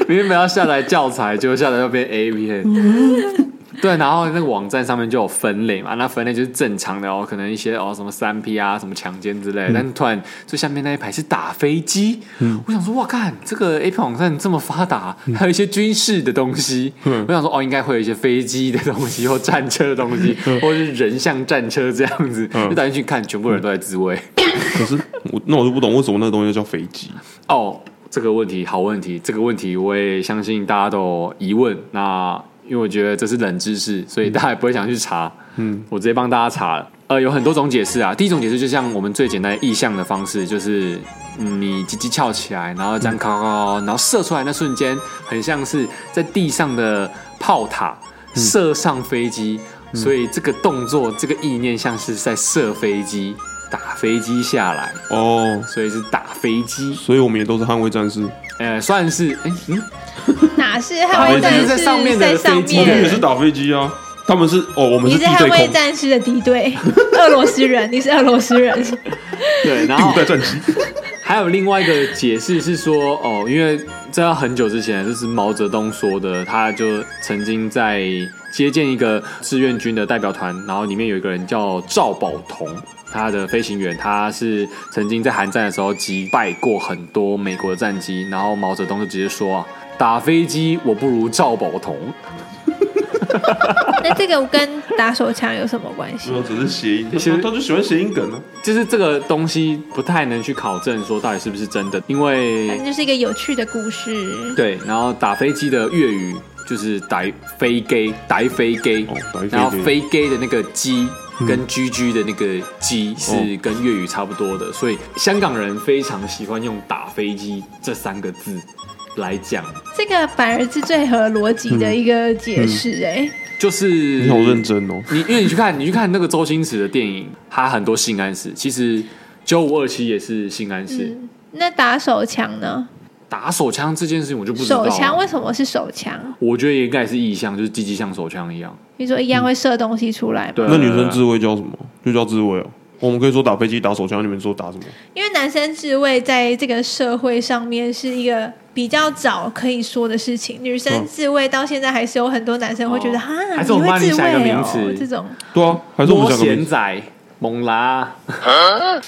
S3: 明明要下载教材，结果下载又变 A 片。对，然后那个网站上面就有分类嘛，那分类就是正常的哦，可能一些哦什么三 P 啊、什么强奸之类的，但突然最下面那一排是打飞机，我想说哇，看这个 A 片网站这么发达，还有一些军事的东西，我想说哦，应该会有一些飞机的东西或战车的东西，或者是人像战车这样子，
S2: 嗯
S3: 就打进去看，全部人都在自慰。
S2: 可是我那我就不懂为什么那个东西叫飞机。
S3: 哦，这个问题好问题，这个问题我也相信大家都有疑问。那因为我觉得这是冷知识，所以大家也不会想去查。嗯，我直接帮大家查了。呃，有很多种解释啊。第一种解释就像我们最简单的意象的方式，就是嗯你鸡鸡翘起来，然后这样敲敲敲，然后射出来那瞬间，很像是在地上的炮塔射上飞机，所以这个动作、这个意念像是在射飞机、打飞机下来，
S2: 哦，
S3: 所以是打飞机。
S2: 所以我们也都是捍卫战士。
S3: 呃，算是哎，嗯，
S1: 哪是捍卫
S3: 打
S1: 战
S3: 飞机
S1: 士
S3: 在上面
S1: 在
S3: 的
S1: 上
S3: 飞机
S2: 我们也
S1: 面
S2: 是打飞机啊，他们是哦，我们
S1: 你
S2: 是
S1: 是
S2: 地
S1: 捍
S2: 对
S1: 卫
S2: 空，
S1: 战士的敌对，俄罗斯人，你是俄罗斯人，
S3: 对，然
S2: 第
S3: 后
S1: 哦
S2: 五代战机，
S3: 还有另外一个解释是说，哦，因为这要很久之前，就是毛泽东说的，他就曾经在接见一个志愿军的代表团，然后里面有一个人叫赵宝同，他的飞行员，他是曾经在韩战的时候击败过很多美国的战机，然后毛泽东就直接说啊，打飞机我不如赵宝同，
S1: 那这个跟打手枪有什么关系？
S2: 没有，只是谐音，他
S3: 其实
S2: 他就喜欢谐音梗呢。啊
S3: 就是这个东西不太能去考证说到底是不是真的，因为
S1: 反正就是一个有趣的故事。
S3: 对，然后打飞机的粤语就是打飞机，打飞机，
S2: 哦打飞机嗯
S3: 然后飞机的那个机。跟居居的那个“鸡”
S2: 哦
S3: 是跟粤语差不多的，所以香港人非常喜欢用“打飞机”这三个字来讲，
S1: 这个反而是最合逻辑的一个解
S3: 嗯
S1: 释、哎、
S3: 就是
S2: 你好认真哦，
S3: 你因为你去看你去看那个周星驰的电影，他很多性暗示，其实九五二七也是性暗示。
S1: 嗯那打手枪呢？
S3: 打手枪这件事情我就不知道啊
S1: 手
S3: 了，
S1: 枪为什么是手枪？
S3: 我觉得应该也是意象，就是鸡鸡像手枪一样。
S1: 你说一样会射东西出来吗？
S3: 对，啊
S2: 那女生自卫叫什么？就叫自卫哦。我们可以说打飞机、打手枪，你们说打什么？
S1: 因为男生自卫在这个社会上面是一个比较早可以说的事情，女生
S2: 嗯
S1: 自卫到现在还是有很很多男生会觉得
S3: 哦
S1: 哈、
S3: 还
S1: 你
S3: 是我们
S1: 会
S3: 帮你
S1: 自
S3: 想一个
S1: 卫
S3: 名
S1: 哦
S3: 词，
S1: 这种
S2: 对啊，还是我
S3: 多
S2: 们想个
S3: 贤
S2: 名字
S3: 仔、猛拉，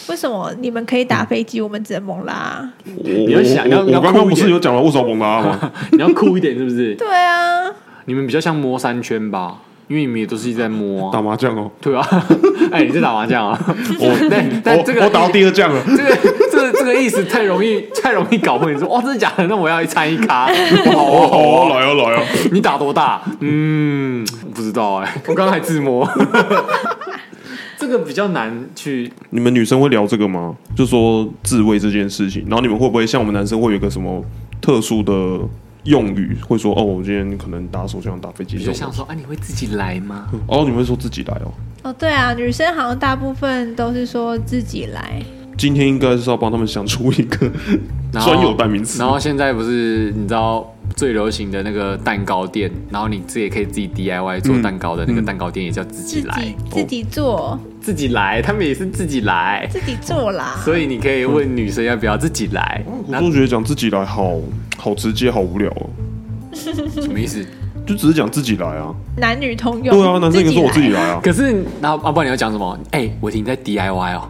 S1: 为什么你们可以打
S3: 嗯
S1: 飞机，我们只能猛拉？
S2: 我
S3: 你要想要
S2: 我我
S3: 要
S2: 我刚
S3: 酷
S2: 刚
S3: 一
S2: 不
S3: 点
S2: 是有讲了为什么蒙拉 吗？
S3: 你要酷一点是不是？
S1: 对啊，
S3: 你们比较像摸三圈吧，因为你们也都是一直在 摸
S2: 打
S3: 啊。
S2: 麻 将哦，
S3: 对啊，哎，你在打麻 将啊？
S2: 我
S3: 但但这
S2: 我
S3: 个
S2: 我打到第二将了。
S3: 这个这个这个意思太容易太容易搞混。你说哦哇，真的假的？那我要一参一咖。 哦，
S2: 哦，来哦来哦，
S3: 你打多大？嗯，不知道 哎，我刚才自摸。这个比较难去
S2: 你们女生会聊这个吗？就说自慰这件事情，然后你们会不会像我们男生会有一个什么特殊的用语，会说哦，我今天可能打手枪、打飞机
S3: 比
S2: 这
S3: 较
S2: 种
S3: 像。说，哎、你会自己来吗？
S2: 哦，你们会说自己来哦。
S1: 哦对啊，女生好像大部分都是说自己来，
S2: 今天应该是要帮他们想出一 个
S3: 然后
S2: 专有代名词
S3: 然。后现在不是你知道最流行的那个蛋糕店，然后你自己也可以自己 DIY 做蛋糕的那个
S2: 嗯
S3: 蛋糕店也叫自
S1: 自
S3: 己来，哦
S1: 己自己做，
S3: 自己来，他们也是自己来，
S1: 自己做啦。
S3: 所以你可以问女生要不要自己来，
S2: 我
S3: 那
S2: 都觉得讲自己来好好直接，好无聊哦。
S3: 什么意思？
S2: 就只是讲自己来啊，
S1: 男女通用。
S2: 对啊，男生也可以说我自己
S1: 来
S2: 来啊。
S3: 可是然后啊，不然你要讲什么？哎、我听你在 DIY 哦，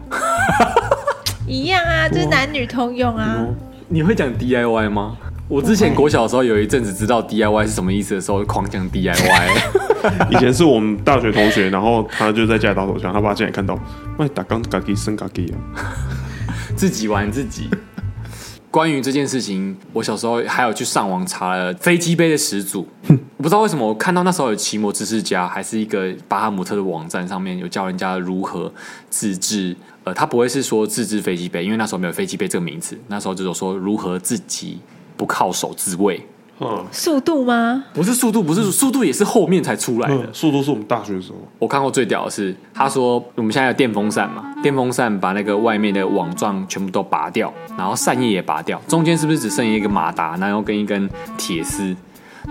S1: 一样啊，就是男女通用啊。
S3: 嗯你会讲 DIY 吗？我之前国小的时候有一阵子知道 DIY 是什么意思的时候，狂讲 DIY，
S2: 以前是我们大学同学，然后他就在家里打手枪，他爸竟然看到，喂，打钢嘎叽生嘎叽啊。
S3: 自己玩自己。关于这件事情，我小时候还有去上网查了飞机杯的始祖。我不知道为什么，我看到那时候有奇摩知识家，还是一个巴哈姆特的网站上面有教人家如何自制。呃，他不会是说自制飞机杯，因为那时候没有飞机杯这个名词，那时候只有说如何自己不靠手自卫，
S2: 嗯
S1: 速度吗？
S3: 不是速度，不是速度，也是后面才出来的。
S2: 嗯，速度是我们大学的时候，
S3: 我看过最屌的是，他说我们现在有电风扇嘛，电风扇把那个外面的网状全部都拔掉，然后扇叶也拔掉，中间是不是只剩一个马达，然后跟一根铁丝？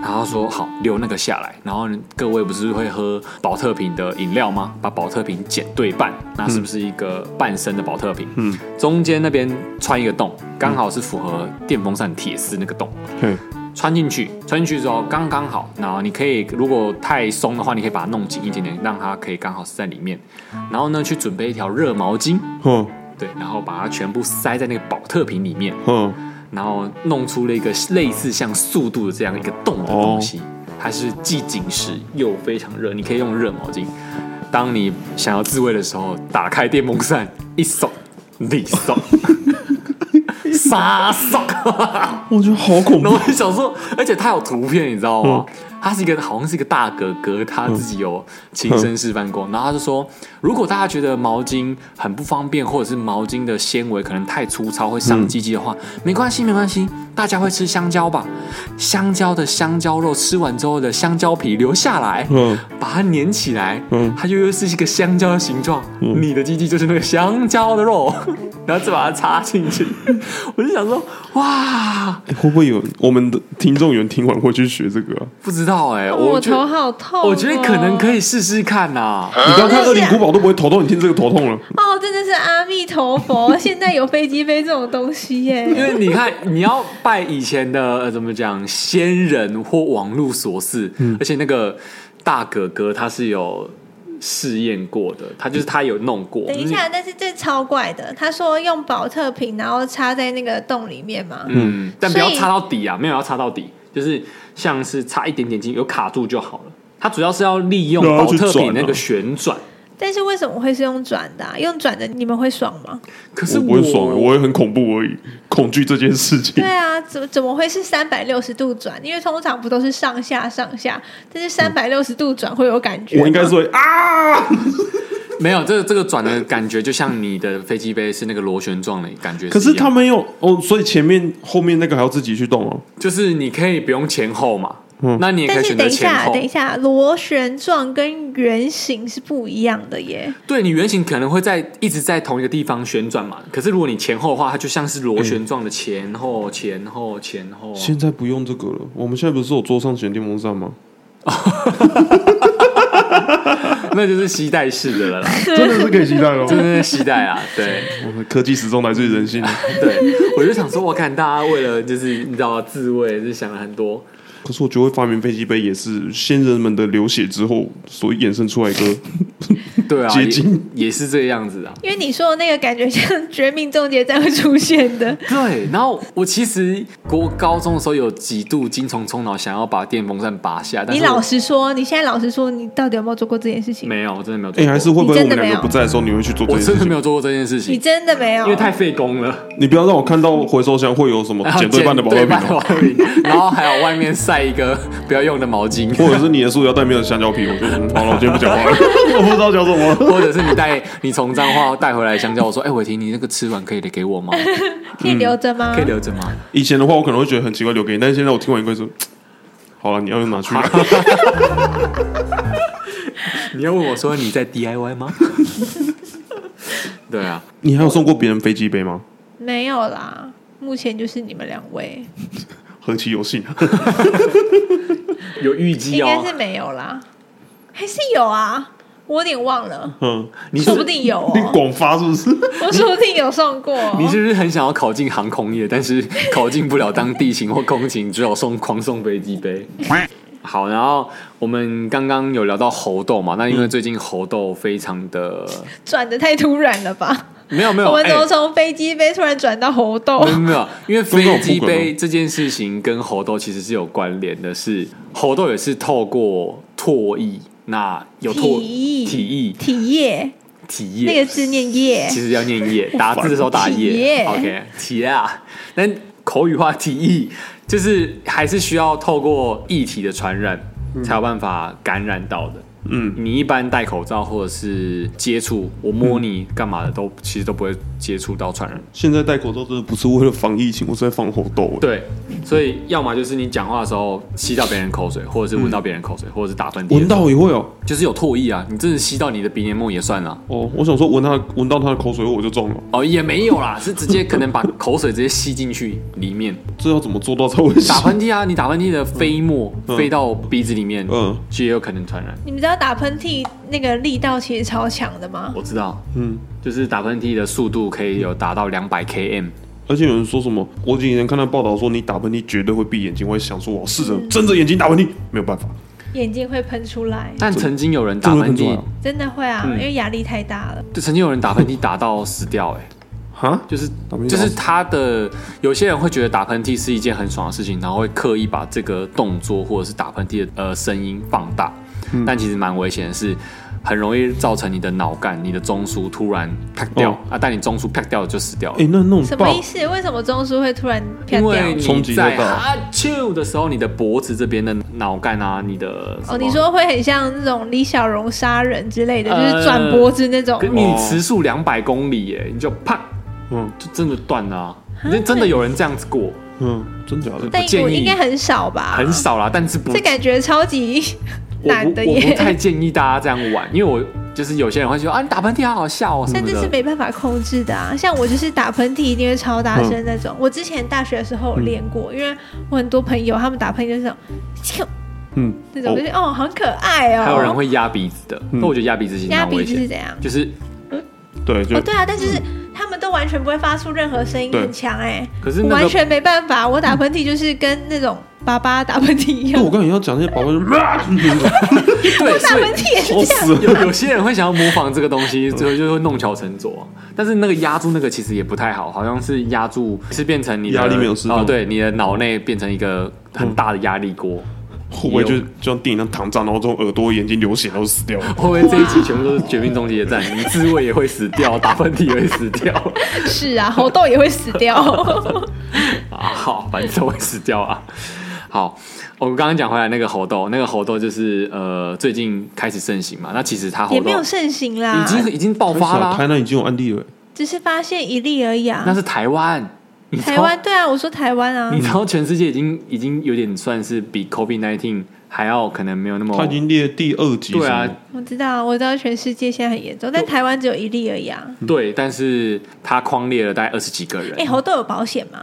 S3: 然后说好留那个下来，然后各位不是会喝保特瓶的饮料吗？把保特瓶剪对半，那是不是一个半身的保特瓶？嗯，中间那边穿一个洞，刚好是符合电风扇铁丝那个洞。
S2: 嘿，
S3: 穿进去，穿进去之后刚刚好，然后你可以如果太松的话，你可以把它弄紧一点点，让它可以刚好是在里面。然后呢，去准备一条热毛巾，
S2: 哼
S3: 对，然后把它全部塞在那个保特瓶里面，
S2: 哼，
S3: 然后弄出了一个类似像速度的这样一个洞的东西，它是既紧实又非常热，你可以用热毛巾。当你想要自慰的时候，打开电风扇，一手，一手，杀手。
S2: 我觉得好恐
S3: 然
S2: 怖
S3: 后。我就想说，而且他有图片，你知道吗？
S2: 嗯
S3: 他是一个好像是一个大哥哥，他自己有亲
S2: 嗯
S3: 身示范过。然后他就说，如果大家觉得毛巾很不方便，或者是毛巾的纤维可能太粗糙会
S2: 嗯
S3: 伤鸡鸡的话，没关系，没关系，大家会吃香蕉吧？香蕉的香蕉肉吃完之后的香蕉皮留下来，
S2: 嗯，
S3: 把它粘起来，
S2: 嗯
S3: 它就又是一个香蕉的形状。你的鸡鸡就是那个香蕉的肉， 然后再把它插进去。 我就想说，哇，
S2: 欸会不会有我们的听众有人听完会去学这个啊、
S3: 不知道哎、
S1: 哦我
S3: 觉得
S1: 头好痛、哦
S3: 我觉得可能可
S1: 以。
S3: 以试试 看呐、
S2: 你刚看《恶灵古堡》都不会头痛，你听这个头痛了。
S1: 哦，真的是阿弥陀 佛！现在有飞机飞这种东西
S3: 因
S1: 耶，
S3: 为你看，你要拜以前的、呃怎么讲先人或网络所赐，
S2: 嗯
S3: 而且那个大哥哥他是有试验过的，他就是他有弄过。
S1: 等一下，但是这超怪的。他说用保特瓶，然后插在那个洞里面嘛。
S3: 嗯，但不
S1: 所以
S3: 要插到底啊，没有要插到底，就是像是插一点点进去，有卡住就好了。它主要是要利用
S2: 然后
S3: 保
S2: 去
S3: 特
S2: 转
S3: 瓶
S2: 啊
S3: 那个旋转，
S1: 但是为什么会是用转的、啊？用转的你们会爽吗？
S3: 可是
S2: 我不会爽、我会很恐怖而已，恐惧这件事情
S1: 对。啊，怎怎么会是三百六十度转？因为通常不都是上下上下，但是三百六十度转会有感觉吗。
S2: 我应该是会啊，
S3: 没有这个这个转的感觉，就像你的飞机杯是那个螺旋状的感觉一样。
S2: 可是他没有哦，所以前面后面那个还要自己去动哦。
S3: 就是你可以不用前后嘛，
S2: 嗯
S3: 那你也可
S1: 但
S3: 以
S1: 是
S3: 选
S1: 等
S3: 择
S1: 一
S3: 前
S1: 下，
S3: 后
S1: 等。一下，螺旋状跟圆形是不一样的耶。
S3: 对你圆形可能会在一直在同一个地方旋转嘛，可是如果你前后的话，它就像是螺旋状的前后前后前后啊。
S2: 现在不用这个了，我们现在不是有桌上选电风扇吗？
S3: 那就是吸带式的 了啦，
S2: 真的是可以期待喽
S3: 真的是吸带啊，对。
S2: 我们科技始终来自于人性。
S3: 对，我就想说，我看大家为了就是你知道自卫，就是想了很多。
S2: 可是我觉得会发明飞机杯也是先人们的流血之后所衍生出来一个。
S3: 对啊，
S2: 结晶
S3: 也也是这样子啊。
S1: 因为你说的那个感觉像《绝命终结战》会出现 的，
S3: 对，然后我其实国高中的时候有几度精虫冲脑，想要把电风扇拔下，但
S1: 你
S3: 是我
S1: 老实说，你现在老实说，你到底有没有做过这件事情？
S3: 没有，我真的没有做
S2: 哎、
S3: 过，
S2: 还是会不会我
S1: 你真
S2: 们
S1: 的没有
S2: 两个不在的时候，你会去做这
S3: 我
S2: 件事
S3: 真的
S2: 情？
S3: 没有做过这件事情
S1: 你，真的没有？啊
S3: 因为太费工了。
S2: 你不要让我看到回收箱会有什么
S3: 然后
S2: 减对半的保乐
S3: 啊对
S2: 瓶
S3: 半的
S2: 哦，
S3: 保乐瓶，然后还有外面晒一个 不要用的毛巾，
S2: 或者是你的塑料袋没有香蕉皮，我就嗯好了，我今天不讲话了，我不知道讲什么了。
S3: 或者是你带你从彰化带回来香蕉，我说，哎，伟霆，你那个吃完可以给我吗？
S1: 可以留着吗？
S3: 嗯可以留着吗？
S2: 以前的话，我可能会觉得很奇怪留给你，但是现在我听完一个说，好了，你要用哪去？
S3: 你要问我说你在 DIY 吗？ 对啊，
S2: 你还有送过别人飞机杯吗？
S1: 没有啦。目前就是你们两位，
S2: 何其有幸！
S3: 有预计
S1: 应该
S3: 哦
S1: 是。没有啦，还是有啊？我有点忘了，
S2: 嗯，
S3: 你是
S1: 说不定有
S2: 你
S1: 哦，
S2: 广发是不是？
S1: 我 说不定有送过哦。
S3: 你是不是很想要考进航空业，但是考进不了当地勤或空勤，只有送狂送飞机 杯？好，然后我们刚刚有聊到猴豆嘛，那因
S2: 嗯
S3: 为最近猴豆非常的转
S1: 的太突然了吧？
S3: 没有没有，
S1: 我们
S3: 哎
S1: 怎么从飞机杯突然转到猴豆
S3: 没？有没有，因 为
S2: 中间
S3: 飞
S2: 有
S3: 机
S2: 扑克吗
S3: 杯这件事情跟猴豆其实是有关联的是，猴豆也是透过唾液，那有唾
S1: 体液
S3: 体液
S1: 体液，
S3: 体液
S1: 那个字念液，
S3: 其实要念 “液”，打字的时候打“
S1: 体
S3: 液
S1: 液
S3: ”，OK，体啊。但口语化体液就是还是需要透过液体的传染，才有办法感染到的。
S2: 嗯，
S3: 你一般戴口罩或者是接触，我摸你干嘛的都其实都不会接触到传染。
S2: 现在戴口罩真的不是为了防疫情，我是在防猴痘。
S3: 对，所以要么就是你讲话的时候吸到别人口水，或者是闻到别人口水，或者是打喷嚏的时
S2: 嗯
S3: 候，
S2: 闻到也会哦。
S3: 就是有唾液啊，你真的吸到你的鼻黏膜也算了。
S2: 哦，我想说闻他闻到他的口水味我就中了，
S3: 哦，也没有啦，是直接可能把口水直接吸进去里面，
S2: 这要怎么做到才会
S3: 打喷嚏啊，你打喷嚏的飞沫、
S2: 嗯
S3: 飞到鼻子里面，
S2: 嗯
S3: 其实也有可能传染。
S1: 你们知道打喷嚏那个力道其实超强的吗？
S3: 我知道，
S2: 嗯，
S3: 就是打喷嚏的速度可以有达到两百 km，
S2: 而且有人说什么，我以前看到报道说你打喷嚏绝对会闭眼睛，我也想说我试着
S1: 嗯
S2: 睁着眼睛打喷嚏，没有办法，
S1: 眼睛会喷出来，
S3: 但曾经有人打
S2: 真的会
S3: 喷
S2: 喷出来
S3: 嚏
S2: 哦，
S1: 真的会啊，
S3: 嗯
S1: 因为压力太大了。
S3: 就曾经有人打喷嚏打到死掉、欸，
S2: 哈，
S3: 就是
S2: 打喷嚏
S3: 就是他的有些人会觉得打喷嚏是一件很爽的事情，然后会刻意把这个动作或者是打喷嚏的呃声音放大，
S2: 嗯
S3: 但其实蛮危险的是。很容易造成你的脑干、你的中枢突然啪掉、
S2: 哦
S3: 啊！但你中枢啪掉了就死掉了
S2: 哎、。那那
S1: 什
S2: 种
S1: 么
S2: 爆
S1: 意思？为什么中枢会突然飘
S3: 因
S1: 掉？
S3: 为
S2: 冲击
S3: 你
S2: 就
S3: 在
S2: 到
S3: 哈啾的时候，你的脖子这边的脑干啊，你的什么
S1: 哦，你说会很像那种李小龙杀人之类的，
S3: 呃
S1: 就是转脖子那种
S3: 可。你时速两百公里耶，你就啪，
S2: 嗯
S3: 就真的断了、啊。那真的有人这样子过，
S2: 嗯，真假的，
S1: 但
S3: 不建议
S1: 我应该很少吧？
S3: 很，少啦，但是不，
S1: 这感觉超级
S3: 我
S1: 难的
S3: 不我不
S1: 耶。
S3: 太建议大家这样玩，因为我就是有些人会说啊，你打喷嚏好好笑哦什
S1: 但
S3: 么
S1: 这是
S3: 的。
S1: 没办法控制的啊，像我就是打喷嚏一定会超大
S3: 嗯
S1: 声那种。我之前大学的时候有练过，因为我很多朋友他们打喷嚏就是那种咻
S2: 嗯，
S1: 那种，就是哦很可爱哦。
S3: 还有人会压鼻子的，
S2: 嗯
S3: 那我觉得压鼻子其实
S1: 压
S3: 蛮
S1: 鼻
S3: 危
S1: 子是
S3: 险，
S1: 怎样？
S3: 就是
S2: 对，就
S1: 哦，对啊，但就是他们都完全不会发出任何声音，
S2: 对
S1: 很强哎、
S3: 可是
S1: 我
S3: 那
S1: 完
S3: 个
S1: 全没办法，我打喷嚏就是跟那种爸爸打喷嚏一
S2: 对
S1: 样，
S3: 嗯
S2: 我刚才要讲那些宝宝就是啊，
S3: 对，
S1: 打
S3: 所以
S1: 喷嚏也是
S2: 好
S1: 这样。
S2: 死了，
S3: 有有些人会想要模仿这个东西，最后就会弄巧成拙啊、但是那个压住那个其实也不太好，好像是压住是变成你的
S2: 压力没有释放
S3: 哦，对，你的脑内变成一个很大的压力锅。
S2: 嗯会不会就就像电影那样躺着，然后这种耳朵、眼睛流血，然后死掉 了？
S3: 会不会这一集全部都是《绝命终结战》？你自卫也会死掉，打喷嚏也会死掉
S1: 是啊，猴痘也会死 掉。
S3: 啊！好，反正都会死掉啊。好，我刚刚讲回来那个猴痘，那个猴痘就是呃最近开始盛行嘛。那其实它猴
S1: 也
S3: 痘
S1: 没有盛行啊啦，
S3: 已经已经爆发啦、
S2: 台南已经有案例了，
S1: 只是发现一例而已
S3: 那
S1: 啊。
S3: 是台湾，你知道
S1: 台湾对啊，我说台湾啊
S3: 你，知道全世界已经已经有点算是比 COVID nineteen 还要可能没有那么
S2: 他已经列第二级，
S3: 对啊，
S1: 我知道，我知道全世界现在很严重，但台湾只有一例而已啊。
S3: 对，但是他框列了大概二十几个人。
S1: 哎、猴痘有保险吗？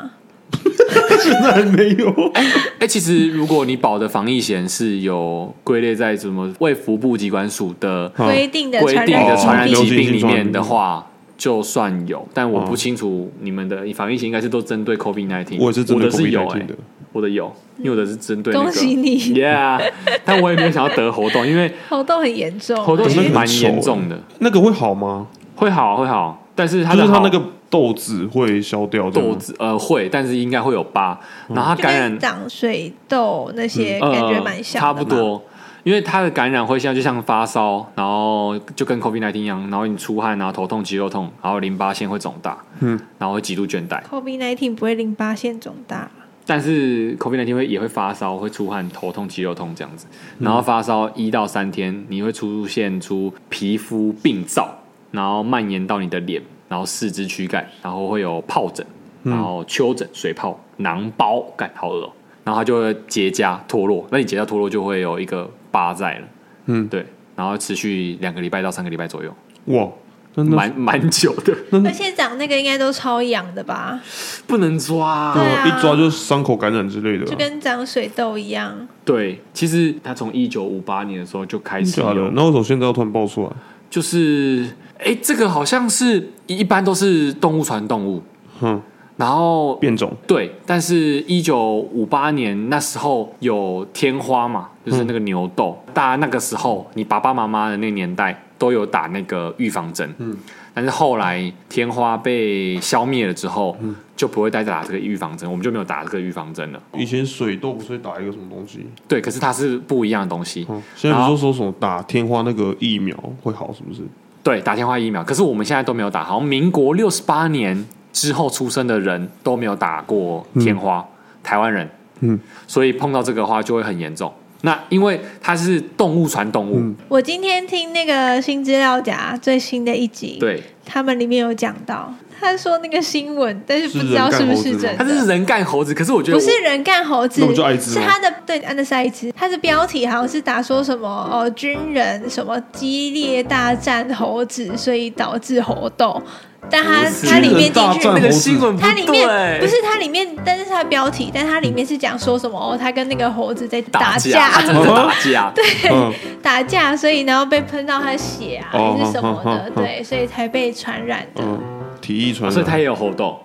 S2: 现在还没有。
S3: 哎、其实如果你保的防疫险是有归类在什么卫福部机关署的
S2: 嗯
S1: 规定的
S3: 哦规
S1: 传
S3: 定的传
S1: 染
S3: 染
S1: 疾
S3: 疾
S1: 病，
S3: 病里面的话，就算有，但我
S2: 哦
S3: 不清楚你们的防疫险应该是都针对 COVID nineteen，
S2: 我也是针对
S3: 的是有、
S2: COVID-19
S3: 欸
S2: 的，
S3: 我的有，因为我的是针对、那个。
S1: 恭喜你
S3: ，Yeah！但我也没有想要得喉痘，因为
S1: 猴痘很严重啊、
S3: 喉痘
S2: 可
S3: 其
S2: 是
S3: 实
S2: 很
S3: 蛮
S2: 丑
S3: 严重的。
S2: 那个会好吗？
S3: 会好啊会好，但是它
S2: 嗯就
S3: 的
S2: 是他
S3: 好
S2: 那个豆子会消掉这样吗
S3: 痘子呃会，但是应该会有疤，然后它
S1: 就
S3: 感染
S1: 跟长水痘那些
S3: 呃
S1: 感觉蛮像、
S3: 差不。多。因为它的感染会像就像发烧，然后就跟 COVID 19一样，然后你出汗啊、头痛、肌肉痛，然后淋巴腺会肿大，
S2: 嗯，
S3: 然后会极度倦怠。
S1: COVID nineteen 不会淋巴腺肿大，
S3: 但是 COVID 19会也会发烧、会出汗、头痛、肌肉痛这样子，然后发烧一到三天，你会出现出皮肤病灶，然后蔓延到你的脸，然后四肢、躯干，然后会有疱疹，然后丘疹、水泡、囊包，感好恶、哦，然后它就会结痂脱落，那你结痂脱落就会有一个疤在了，
S2: 嗯
S3: 对，然后持续两个礼拜到三个礼拜左右，
S2: 哇，真的
S3: 蛮蛮久的，
S1: 而且长那个应该都超痒的吧，
S3: 不能抓、
S1: 对啊
S2: 呃一抓就是伤口感染之类的
S1: 就
S2: 啊，
S1: 跟长水痘一样。
S3: 对，其实它从一九五八年的时候就开始
S2: 假
S3: 有
S2: 的。那为什么现在要突然爆出来？
S3: 就是，哎、这个好像是一般都是动物传动物，
S2: 哼，
S3: 然后
S2: 变种
S3: 对，但是一九五八年那时候有天花嘛，就是那个牛痘，大家那个时候你爸爸妈妈的那个年代都有打那个预防针，嗯，但是后来天花被消灭了之后，就不会再打这个预防针，我们就没有打这个预防针了。
S2: 以前水痘不是会打一个什么东西？
S3: 对，可是它是不一样的东西，
S2: 嗯，现在不是说说什么打天花那个疫苗会好， 是不是？
S3: 对，打天花疫苗，可是我们现在都没有打，好像民国六十八年之后出生的人都没有打过天花，台湾人，
S2: 嗯，
S3: 所以碰到这个的话就会很严重。那因为它是动物传动物，
S1: 我今天听那个新资料夹最新的一集，
S3: 对，
S1: 他们里面有讲到，他说那个新闻，但是不知道
S2: 是
S1: 是
S2: 人
S1: 不是
S2: 干猴子吗
S1: 真
S3: 它是
S1: 的。
S3: 人干猴子，可是我觉得
S1: 不
S3: 我
S1: 是人干猴子，
S2: 那不就艾滋
S1: 是
S2: 吗
S1: 他的对，啊那是艾滋。他的标题好像是打说什么哦，军人什么激烈大战猴子，所以导致猴痘。但他
S3: 不是
S1: 他里面
S2: 军人大
S1: 进去
S2: 战
S3: 那
S2: 猴
S3: 个
S2: 子
S3: 新闻不
S1: 它里面
S3: 对，
S1: 不是它里面，但是它标题，但它里面是讲说什么哦，他跟那个猴子在
S3: 打
S1: 架，
S3: 它真的在打架，对，
S2: 嗯，
S1: 打架，所以然后被喷到他血啊，
S2: 哦
S1: 还是什么的
S2: 哦，哦哦
S1: 对，所以才被传染的。
S2: 嗯，体液传染，
S3: 啊所以它也有猴痘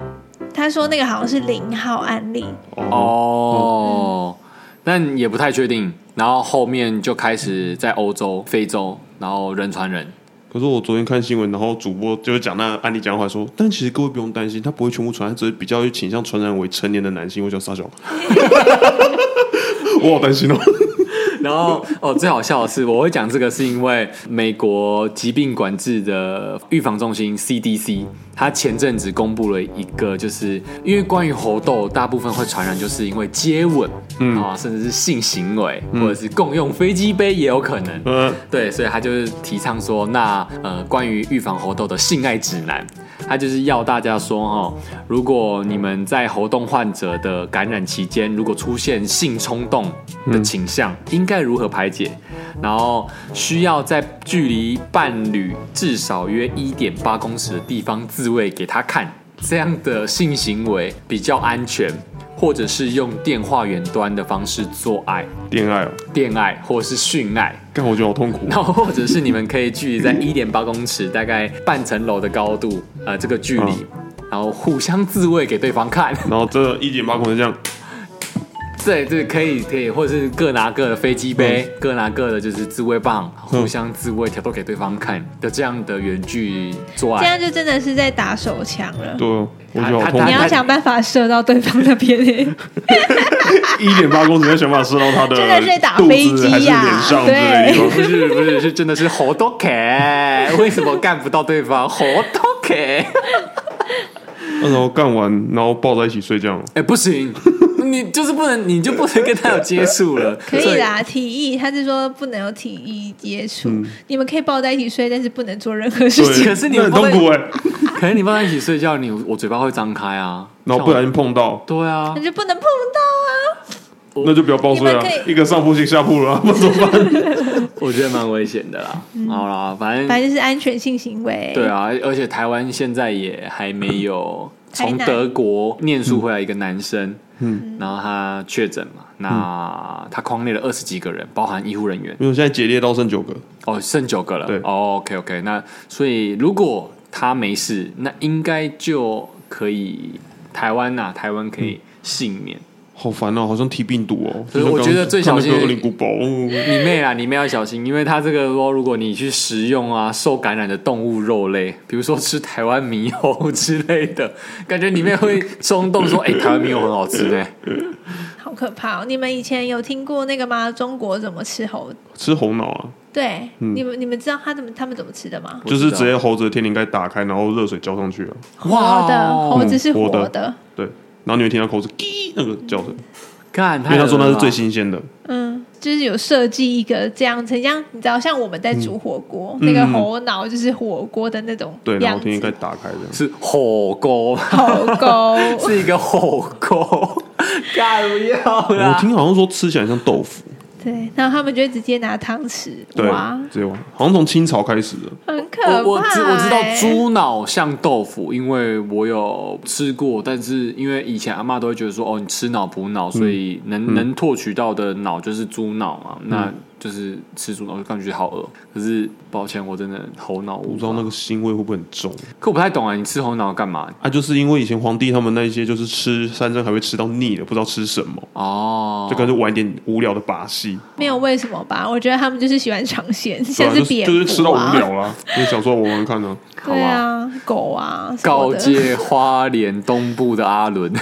S1: 他说那个好像是零号案例，
S2: 哦，
S3: 哦，但也不太确定。然后后面就开始在欧洲、非洲，然后人传人，
S2: 可是我昨天看新闻，然后主播就是讲那案例讲话说，但其实各位不用担心，他不会全部传染，只是比较倾向传染为成年的男性，我想撒小。 我好担心哦，
S3: 然后哦，最好笑的是，我会讲这个是因为美国疾病管制的预防中心 CDC，它前阵子公布了一个，就是因为关于猴痘，大部分会传染，就是因为接吻，嗯啊、甚至是性行为，或者是共用飞机杯也有可能。
S2: 嗯，
S3: 对，所以他就是提倡说，那呃，关于预防猴痘的性爱指南，他就是要大家说哦，如果你们在猴痘患者的感染期间，如果出现性冲动的倾向，应该如何排解？然后需要在距离伴侣至少约一点八公尺的地方自慰给他看，这样的性行为比较安全，或者是用电话远端的方式做爱、
S2: 恋爱哦，
S3: 恋爱或是训爱。
S2: 干我觉得好痛 苦。
S3: 然后或者是你们可以距离 在一点八公尺，大概半层楼的高度，呃，这个距离，
S2: 嗯
S3: 然后互相自慰给对方看，
S2: 然后这一点八公分这样，
S3: 对对，可以可以，或者是各拿各的飞机杯，
S2: 嗯
S3: 各拿各的就是自慰棒，互相自慰，挑逗给对方看的这样的远距离做
S2: 哎
S1: 这样
S3: 爱。
S1: 就真的是在打手枪了。
S2: 对哦，我觉得好痛
S3: 他
S1: 你
S3: 他
S2: 苦。
S1: 要想办法射到对方那 边、欸，
S2: 一点八公分要想办法射到他的
S1: 真的是打
S2: 肚
S1: 飞
S2: 子
S1: 机
S2: 还是
S1: 呀
S2: 脸上之类的地
S3: 不
S2: 方。
S3: 是不是，是真的是活 多 K，为什么干不到对方？活多 K，
S2: 那然后干完，然后抱在一起睡 觉。
S3: 哎，不行，你就是不能，你就不能跟他有接触了。
S1: 可
S3: 所
S1: 以啦。体意，他是说不能有体意接触，你们可以抱在一起睡，但是不能做任何事
S2: 对，
S1: 情。
S3: 可是你
S2: 那很
S3: 不会
S2: 痛苦哎、
S3: 可能你放在一起睡觉，你我嘴巴会张开啊，
S2: 然后哦不小心碰到，
S3: 对啊
S1: 那，就不能碰到啊！
S3: 哦
S2: 那就不要抱睡
S1: 你
S2: 啊
S1: 们，可以
S2: 一个上铺型下铺了、 啊，不然怎么办？
S3: 我觉得蛮危险的啦。好啦，嗯反正
S1: 反正就是安全性行为。
S3: 对啊，而且台湾现在也还没有
S1: 台
S3: 从
S1: 南
S3: 德国念书回来一个男生，嗯，然后他确诊嘛，那他框列了二十几个人，包含医护人员，
S2: 因为我现在解裂到剩九个，
S3: 哦，剩九个了。
S2: 嗯对
S3: 哦，OK OK，那所以如果他没事，那应该就可以台湾呐、台湾可以幸免。
S2: 好烦哦、好像踢病毒哦、就
S3: 所以
S2: 像
S3: 我觉得最小心嗯
S2: 恶灵古堡，哦
S3: 你妹啊啦，你妹要小心，因为他这个说，如果你去食用啊受感染的动物肉类，比如说吃台湾猕猴之类的，感觉你妹会冲动说，哎、台湾猕猴很好吃 嘞、
S1: 好可怕哦！你们以前有听过那个吗？中国怎么吃猴？
S2: 吃猴脑啊，
S1: 对，你们你们知道他怎么他们怎么吃的吗？
S3: 我知
S2: 就
S3: 道
S2: 是直接猴子的天灵盖打开，然后热水浇上去啊，
S3: 哇
S1: 活的
S3: 哦
S1: 猴子是活
S2: 活的
S1: 的，
S2: 对，然后你会听到猴子叽那个叫声，
S3: 看，
S2: 因为他说那是最
S3: 新，
S2: 新鲜的，
S1: 嗯，就是有设计一个这样子，很像你知道，像我们在煮火锅，那个猴脑就是火锅的那种
S2: 对，然
S1: 样
S2: 后
S1: 子，
S2: 天灵盖打开这样。
S3: 是火锅，
S1: 猴 沟。
S3: 是一个火锅，干不要
S2: 我
S3: 啦。
S2: 听好像说吃起来像豆腐，
S1: 对，然后他们就会直接拿汤匙
S2: 对
S1: 挖，，
S2: 直接挖，好像从清朝开始的，
S1: 很可怕、
S3: 我我知我知道
S1: 欸
S3: 猪脑像豆腐，因为我有吃过，但是因为以前阿嬷都会觉得说，哦，你吃脑补脑，所以能、能获取到的脑就是猪脑嘛，那就是吃猪脑，我就感觉好饿。可是抱歉，我真的猴脑
S2: 我
S3: 无
S2: 不知道
S3: 法
S2: 那个腥味会不会很重
S3: 可我不太懂啊，你吃猴脑干嘛？
S2: 啊？就是因为以前皇帝他们那一些就是吃山珍还会吃到腻的，不知道吃什么，
S3: 哦，
S2: 就干脆玩一点无聊的把戏，
S1: 没有为什么吧？我觉得他们就是喜欢尝鲜，
S2: 对
S1: 像
S2: 啊，就
S1: 蝙蝠、啊
S2: 就是吃到无聊啦，就想说玩玩看呢，
S3: 好
S1: 对
S3: 吧。
S1: 啊，狗啊，什么
S3: 告
S1: 的
S3: 诫花莲东部的 阿伦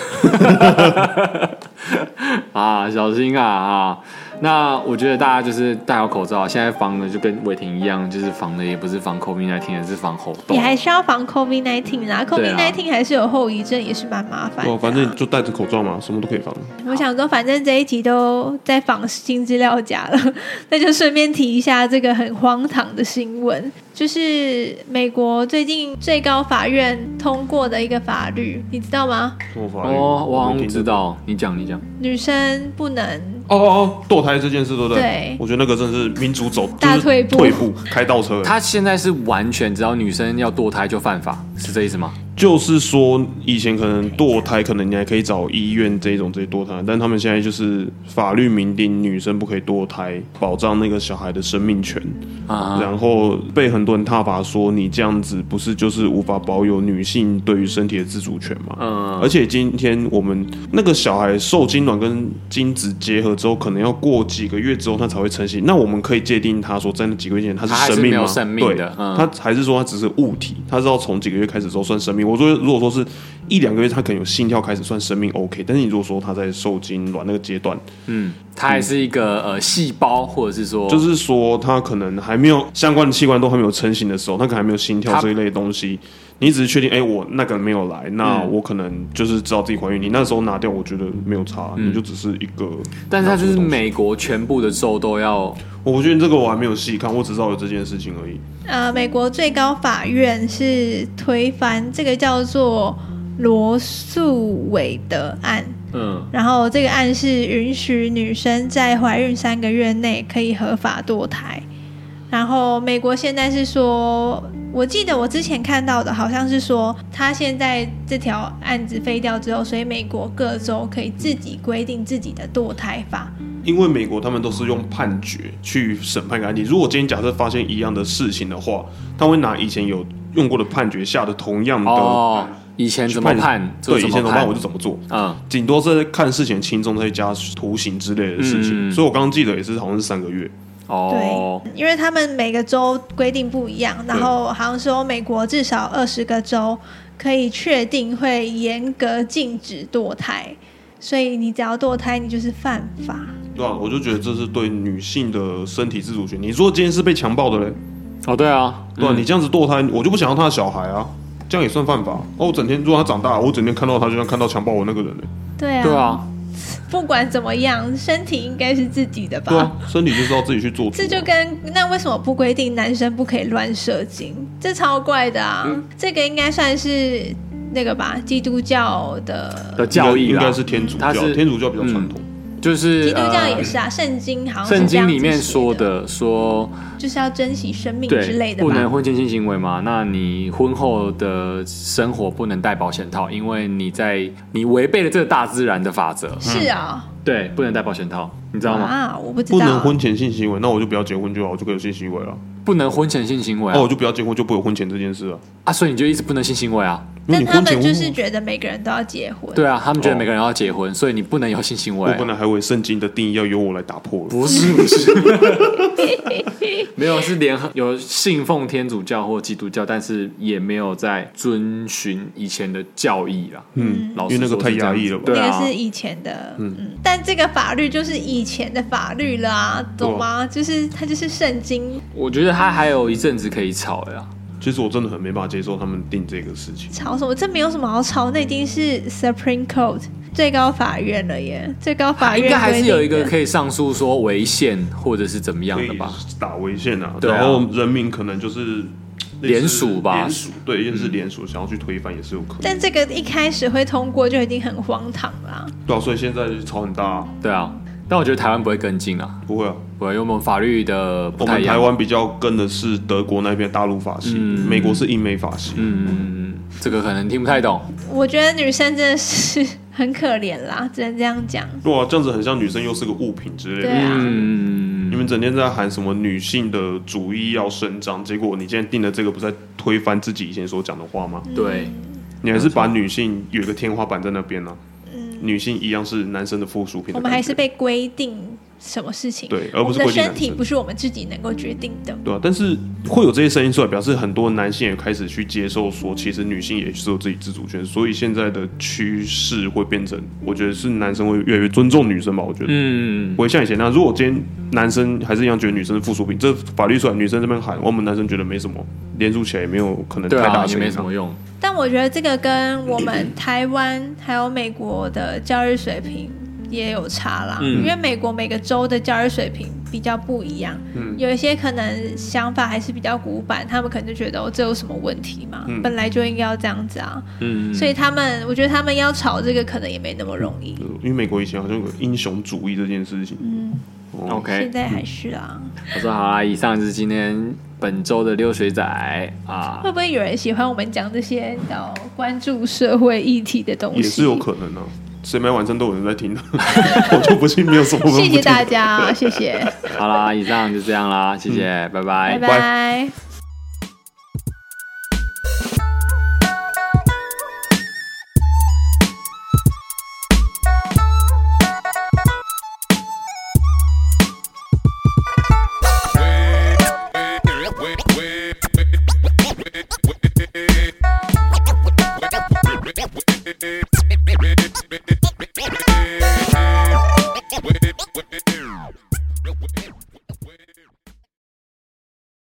S3: 啊，小心啊啊！那我觉得大家就是戴好口罩，现在防的就跟伟霆一样，就是防的也不是防 COVID 1 9也是防猴痘
S1: 你。还是要防 COVID nineteen 啦
S3: 对
S1: ，COVID
S3: 啊
S1: nineteen 还是有后遗症，也是蛮麻烦的
S2: 哦，
S1: 啊。
S2: 反正就戴着口罩嘛，什么都可以防。
S1: 我想说，反正这一集都在仿新资料夹了， 那就顺便提一下这个很荒唐的新闻，就是美国最近最高法院通过的一个法律，你知道吗？
S2: 做法
S3: 哦，我好像知
S2: 哦
S3: 道，你讲你讲，
S1: 女生不能
S2: 哦哦，堕胎这件事对不对？
S1: 对
S2: 我觉得那个真的是民主走
S1: 大
S2: 就是
S1: 退步
S2: 退步开倒车。
S3: 他现在是完全只要女生要堕胎就犯法，是这意思吗？
S2: 就是说，以前可能堕胎，可能你还可以找医院这一种直接堕胎，但他们现在就是法律明定女生不可以堕胎，保障那个小孩的生命权。
S3: 啊，
S2: 然后被很多人挞伐说你这样子不是就是无法保有女性对于身体的自主权吗？
S3: 嗯
S2: 而且今天我们那个小孩受精卵跟精子结合之后，可能要过几个月之后他才会成型。那我们可以界定他说在那几个月前他
S3: 他还是
S2: 生命
S3: 没有
S2: 吗？
S3: 生命的
S2: 对，
S3: 嗯
S2: 他还是说他只是物体，他是要从几个月开始之后算生命。我说如果说是一两个月，他可能有心跳开始算生命 OK，但是你如果说他在受精卵那个阶段，
S3: 嗯，它还是一个呃细胞，或者是说
S2: 就是说，它可能还没有相关的器官都还没有成型的时候，它可能还没有心跳
S3: 它
S2: 这一类的东西。你只是确定，哎、我那个没有来，那
S3: 嗯
S2: 我可能就是知道自己怀孕。你那时候拿掉，我觉得没有差，你就只是一个。
S3: 嗯但是它就是
S2: 没，
S3: 美国全部的州都要，
S2: 我不确定这个，我还没有细看，我只知道有这件事情而已。
S1: 呃，美国最高法院是推翻这个叫做罗素韦的案，
S3: 嗯，
S1: 然后这个案是允许女生在怀孕三个月内可以合法堕胎。然后美国现在是说，我记得我之前看到的好像是说，他现在这条案子废掉之后，所以美国各州可以自己规定自己的堕胎法。
S2: 因为美国他们都是用判决去审判一个案例。如果今天假设发现一样的事情的话，他会拿以前有用过的判决下的同样的
S3: 哦，以前怎么判？
S2: 对，以前怎么
S3: 判
S2: 判我就怎么做。
S3: 嗯，
S2: 顶多是看事情轻重，再加徒刑之类的事情。
S3: 嗯
S2: 所以我刚刚记得也是好像是三个月，
S3: 哦，
S1: 因为他们每个州规定不一样，然后
S3: 嗯
S1: 好像说美国至少二十个州可以确定会严格禁止堕胎，所以你只要堕胎，你就是犯法。
S2: 对吧、我就觉得这是对女性的身体自主权。你说今天是被强暴的嘞，
S3: 哦，对啊，
S2: 对吧、你这样子堕胎，我就不想要他的小孩啊，这样也算犯法。哦，我整天如果他长大，我整天看到他，就像看到强暴我那个人欸嘞，
S1: 对啊，
S3: 对啊，
S1: 不管怎么样，身体应该是自己的吧？
S2: 对啊，身体就是要自己去做主啊。
S1: 这就跟那为什么不规定男生不可以乱射精？这超怪的啊！
S3: 嗯
S1: 这个应该算是那个吧，基督教的，
S3: 的教义
S2: 应
S3: 啦
S2: 该是天主教
S3: 它，是嗯
S2: 天主教比较传统。
S3: 就是
S1: 基督教
S3: 呃
S1: 也是啊，圣经好像是
S3: 圣
S1: 这样
S3: 经
S1: 子
S3: 里面
S1: 写
S3: 说
S1: 的，
S3: 的说。
S1: 就是要珍惜生命之类
S3: 对，
S1: 的
S3: 不
S1: 吧？
S3: 能婚前性行为嘛？那你婚后的生活不能戴保险套，因为你在你违背了这个大自然的法则。
S1: 是啊、
S3: 对，不能戴保险套，你知道吗？
S1: 啊，我不知
S2: 不能
S1: 道。
S2: 婚前性行为，那我就不要结婚就好，我就可以有性行为了。哦
S3: 不能婚前性行为
S2: 那我
S3: 啊，
S2: 就不要结婚，就不会有婚前这件事啊。
S3: 啊所以你就一直不能性行为啊。
S2: 因
S1: 但
S2: 为你
S1: 他
S2: 婚前
S1: 们
S2: 婚
S1: 就是觉得每个人都要结婚，
S3: 对啊，他们觉得
S2: 哦
S3: 每个人要结婚，所以你不能有性行为
S2: 我。本来还以为圣经的定义要由我来打破了。
S3: 不 是不是，没有是联合有信奉天主教或基督教，但是也没有在遵循以前的教义啦。
S2: 嗯
S3: 老
S2: 因为
S3: 实
S2: 那个
S3: 说
S2: 太
S3: 是这样
S2: 压抑
S3: 子
S2: 了吧
S3: 对
S1: 那
S3: 啊
S1: 个是，以前的，嗯，但这个法律就是以前的法律了啊，懂吗？就是它就是圣经，
S3: 我觉得他还有一阵子可以吵呀、
S2: 其实我真的很没办法接受他们定这个事情。
S1: 吵什么？这没有什么好吵，那已经是 Supreme Court 最高法院了耶，最高法院
S3: 啊应该还是有一个
S1: 规定的
S3: 可以上诉说违宪或者是怎么样的吧？
S2: 打违宪啊，
S3: 对啊
S2: 然后人民可能就是类似
S3: 联署吧嗯
S2: 联署对，也是联署，想要去推翻也是有可能。
S1: 但这个一开始会通过就已经很荒唐啦。
S2: 对啊，所以现在吵很大啊，
S3: 对啊，但我觉得台湾不会跟进啊，
S2: 不会啊，
S3: 不会，因为我们法律的不
S2: 我
S3: 太
S2: 们
S3: 一
S2: 台
S3: 样。
S2: 湾比较跟的是德国那边大陆法系，
S3: 嗯
S2: 美国是英美法系。
S3: 嗯，这个可能听不太懂。
S1: 我觉得女生真的是 很可怜啦，只能这样讲。
S2: 对啊，这样子很像女生又是个物品之类
S1: 对
S2: 的。
S1: 啊
S2: 你
S3: 嗯，
S2: 们整天在喊什么女性的主义要伸张，结果你今天定的这个不是在推翻自己以前所讲的话吗？
S3: 对，
S2: 你还是把女性有一个天花板在那边呢、啊女性一样是男生的附属品的感觉。
S1: 嗯我们还是被规定什么事情，
S2: 对而不是
S1: 我们
S2: 规
S1: 的身
S2: 定
S1: 体
S2: 男生
S1: 不是我们自己能够决定的。
S2: 对啊，但是会有这些声音出来，表示很多男性也开始去接受说，其实女性也是有自己自主权，所以现在的趋势会变成，我觉得是男生会越来越尊重女生吧，我觉得。
S3: 嗯
S2: 不，会像以前那样，如果今天男生还是一样觉得女生是附属品，这法律出来，女生这边喊，我们男生觉得没什么，连署起来也没有可能
S3: 对
S2: 太大
S3: 啊，
S2: 的
S3: 也
S2: 声
S3: 没
S2: 音
S3: 什么用。
S1: 但我觉得这个跟我们台湾还有美国的教育水平也有差啦，
S3: 嗯
S1: 因为美国每个州的教育水平比较不一样，
S2: 嗯
S1: 有一些可能想法还是比较古板，他们可能就觉得哦，这有什么问题嘛，
S2: 嗯
S1: 本来就应该要这样子啊，
S3: 嗯，
S1: 所以他们我觉得他们要吵这个可能也没那么容易，
S2: 因为美国以前好像有个英雄主义这件事情，哦
S1: 现
S3: OK，
S1: 在还是啊，
S2: 嗯
S3: 我说好啦，以上就是今天本周的溜水仔啊
S1: 会。不会有人喜欢我们讲这些你知道关注社会议题的东西？
S2: 也是有可能啊。谁买晚餐都有人在听的， 我就不信没有什么人不
S1: 谢
S2: 听。
S1: 谢大家，谢谢，
S3: 嗯好啦，以上就这样啦，谢谢，拜
S1: 拜
S3: 拜。
S1: 拜。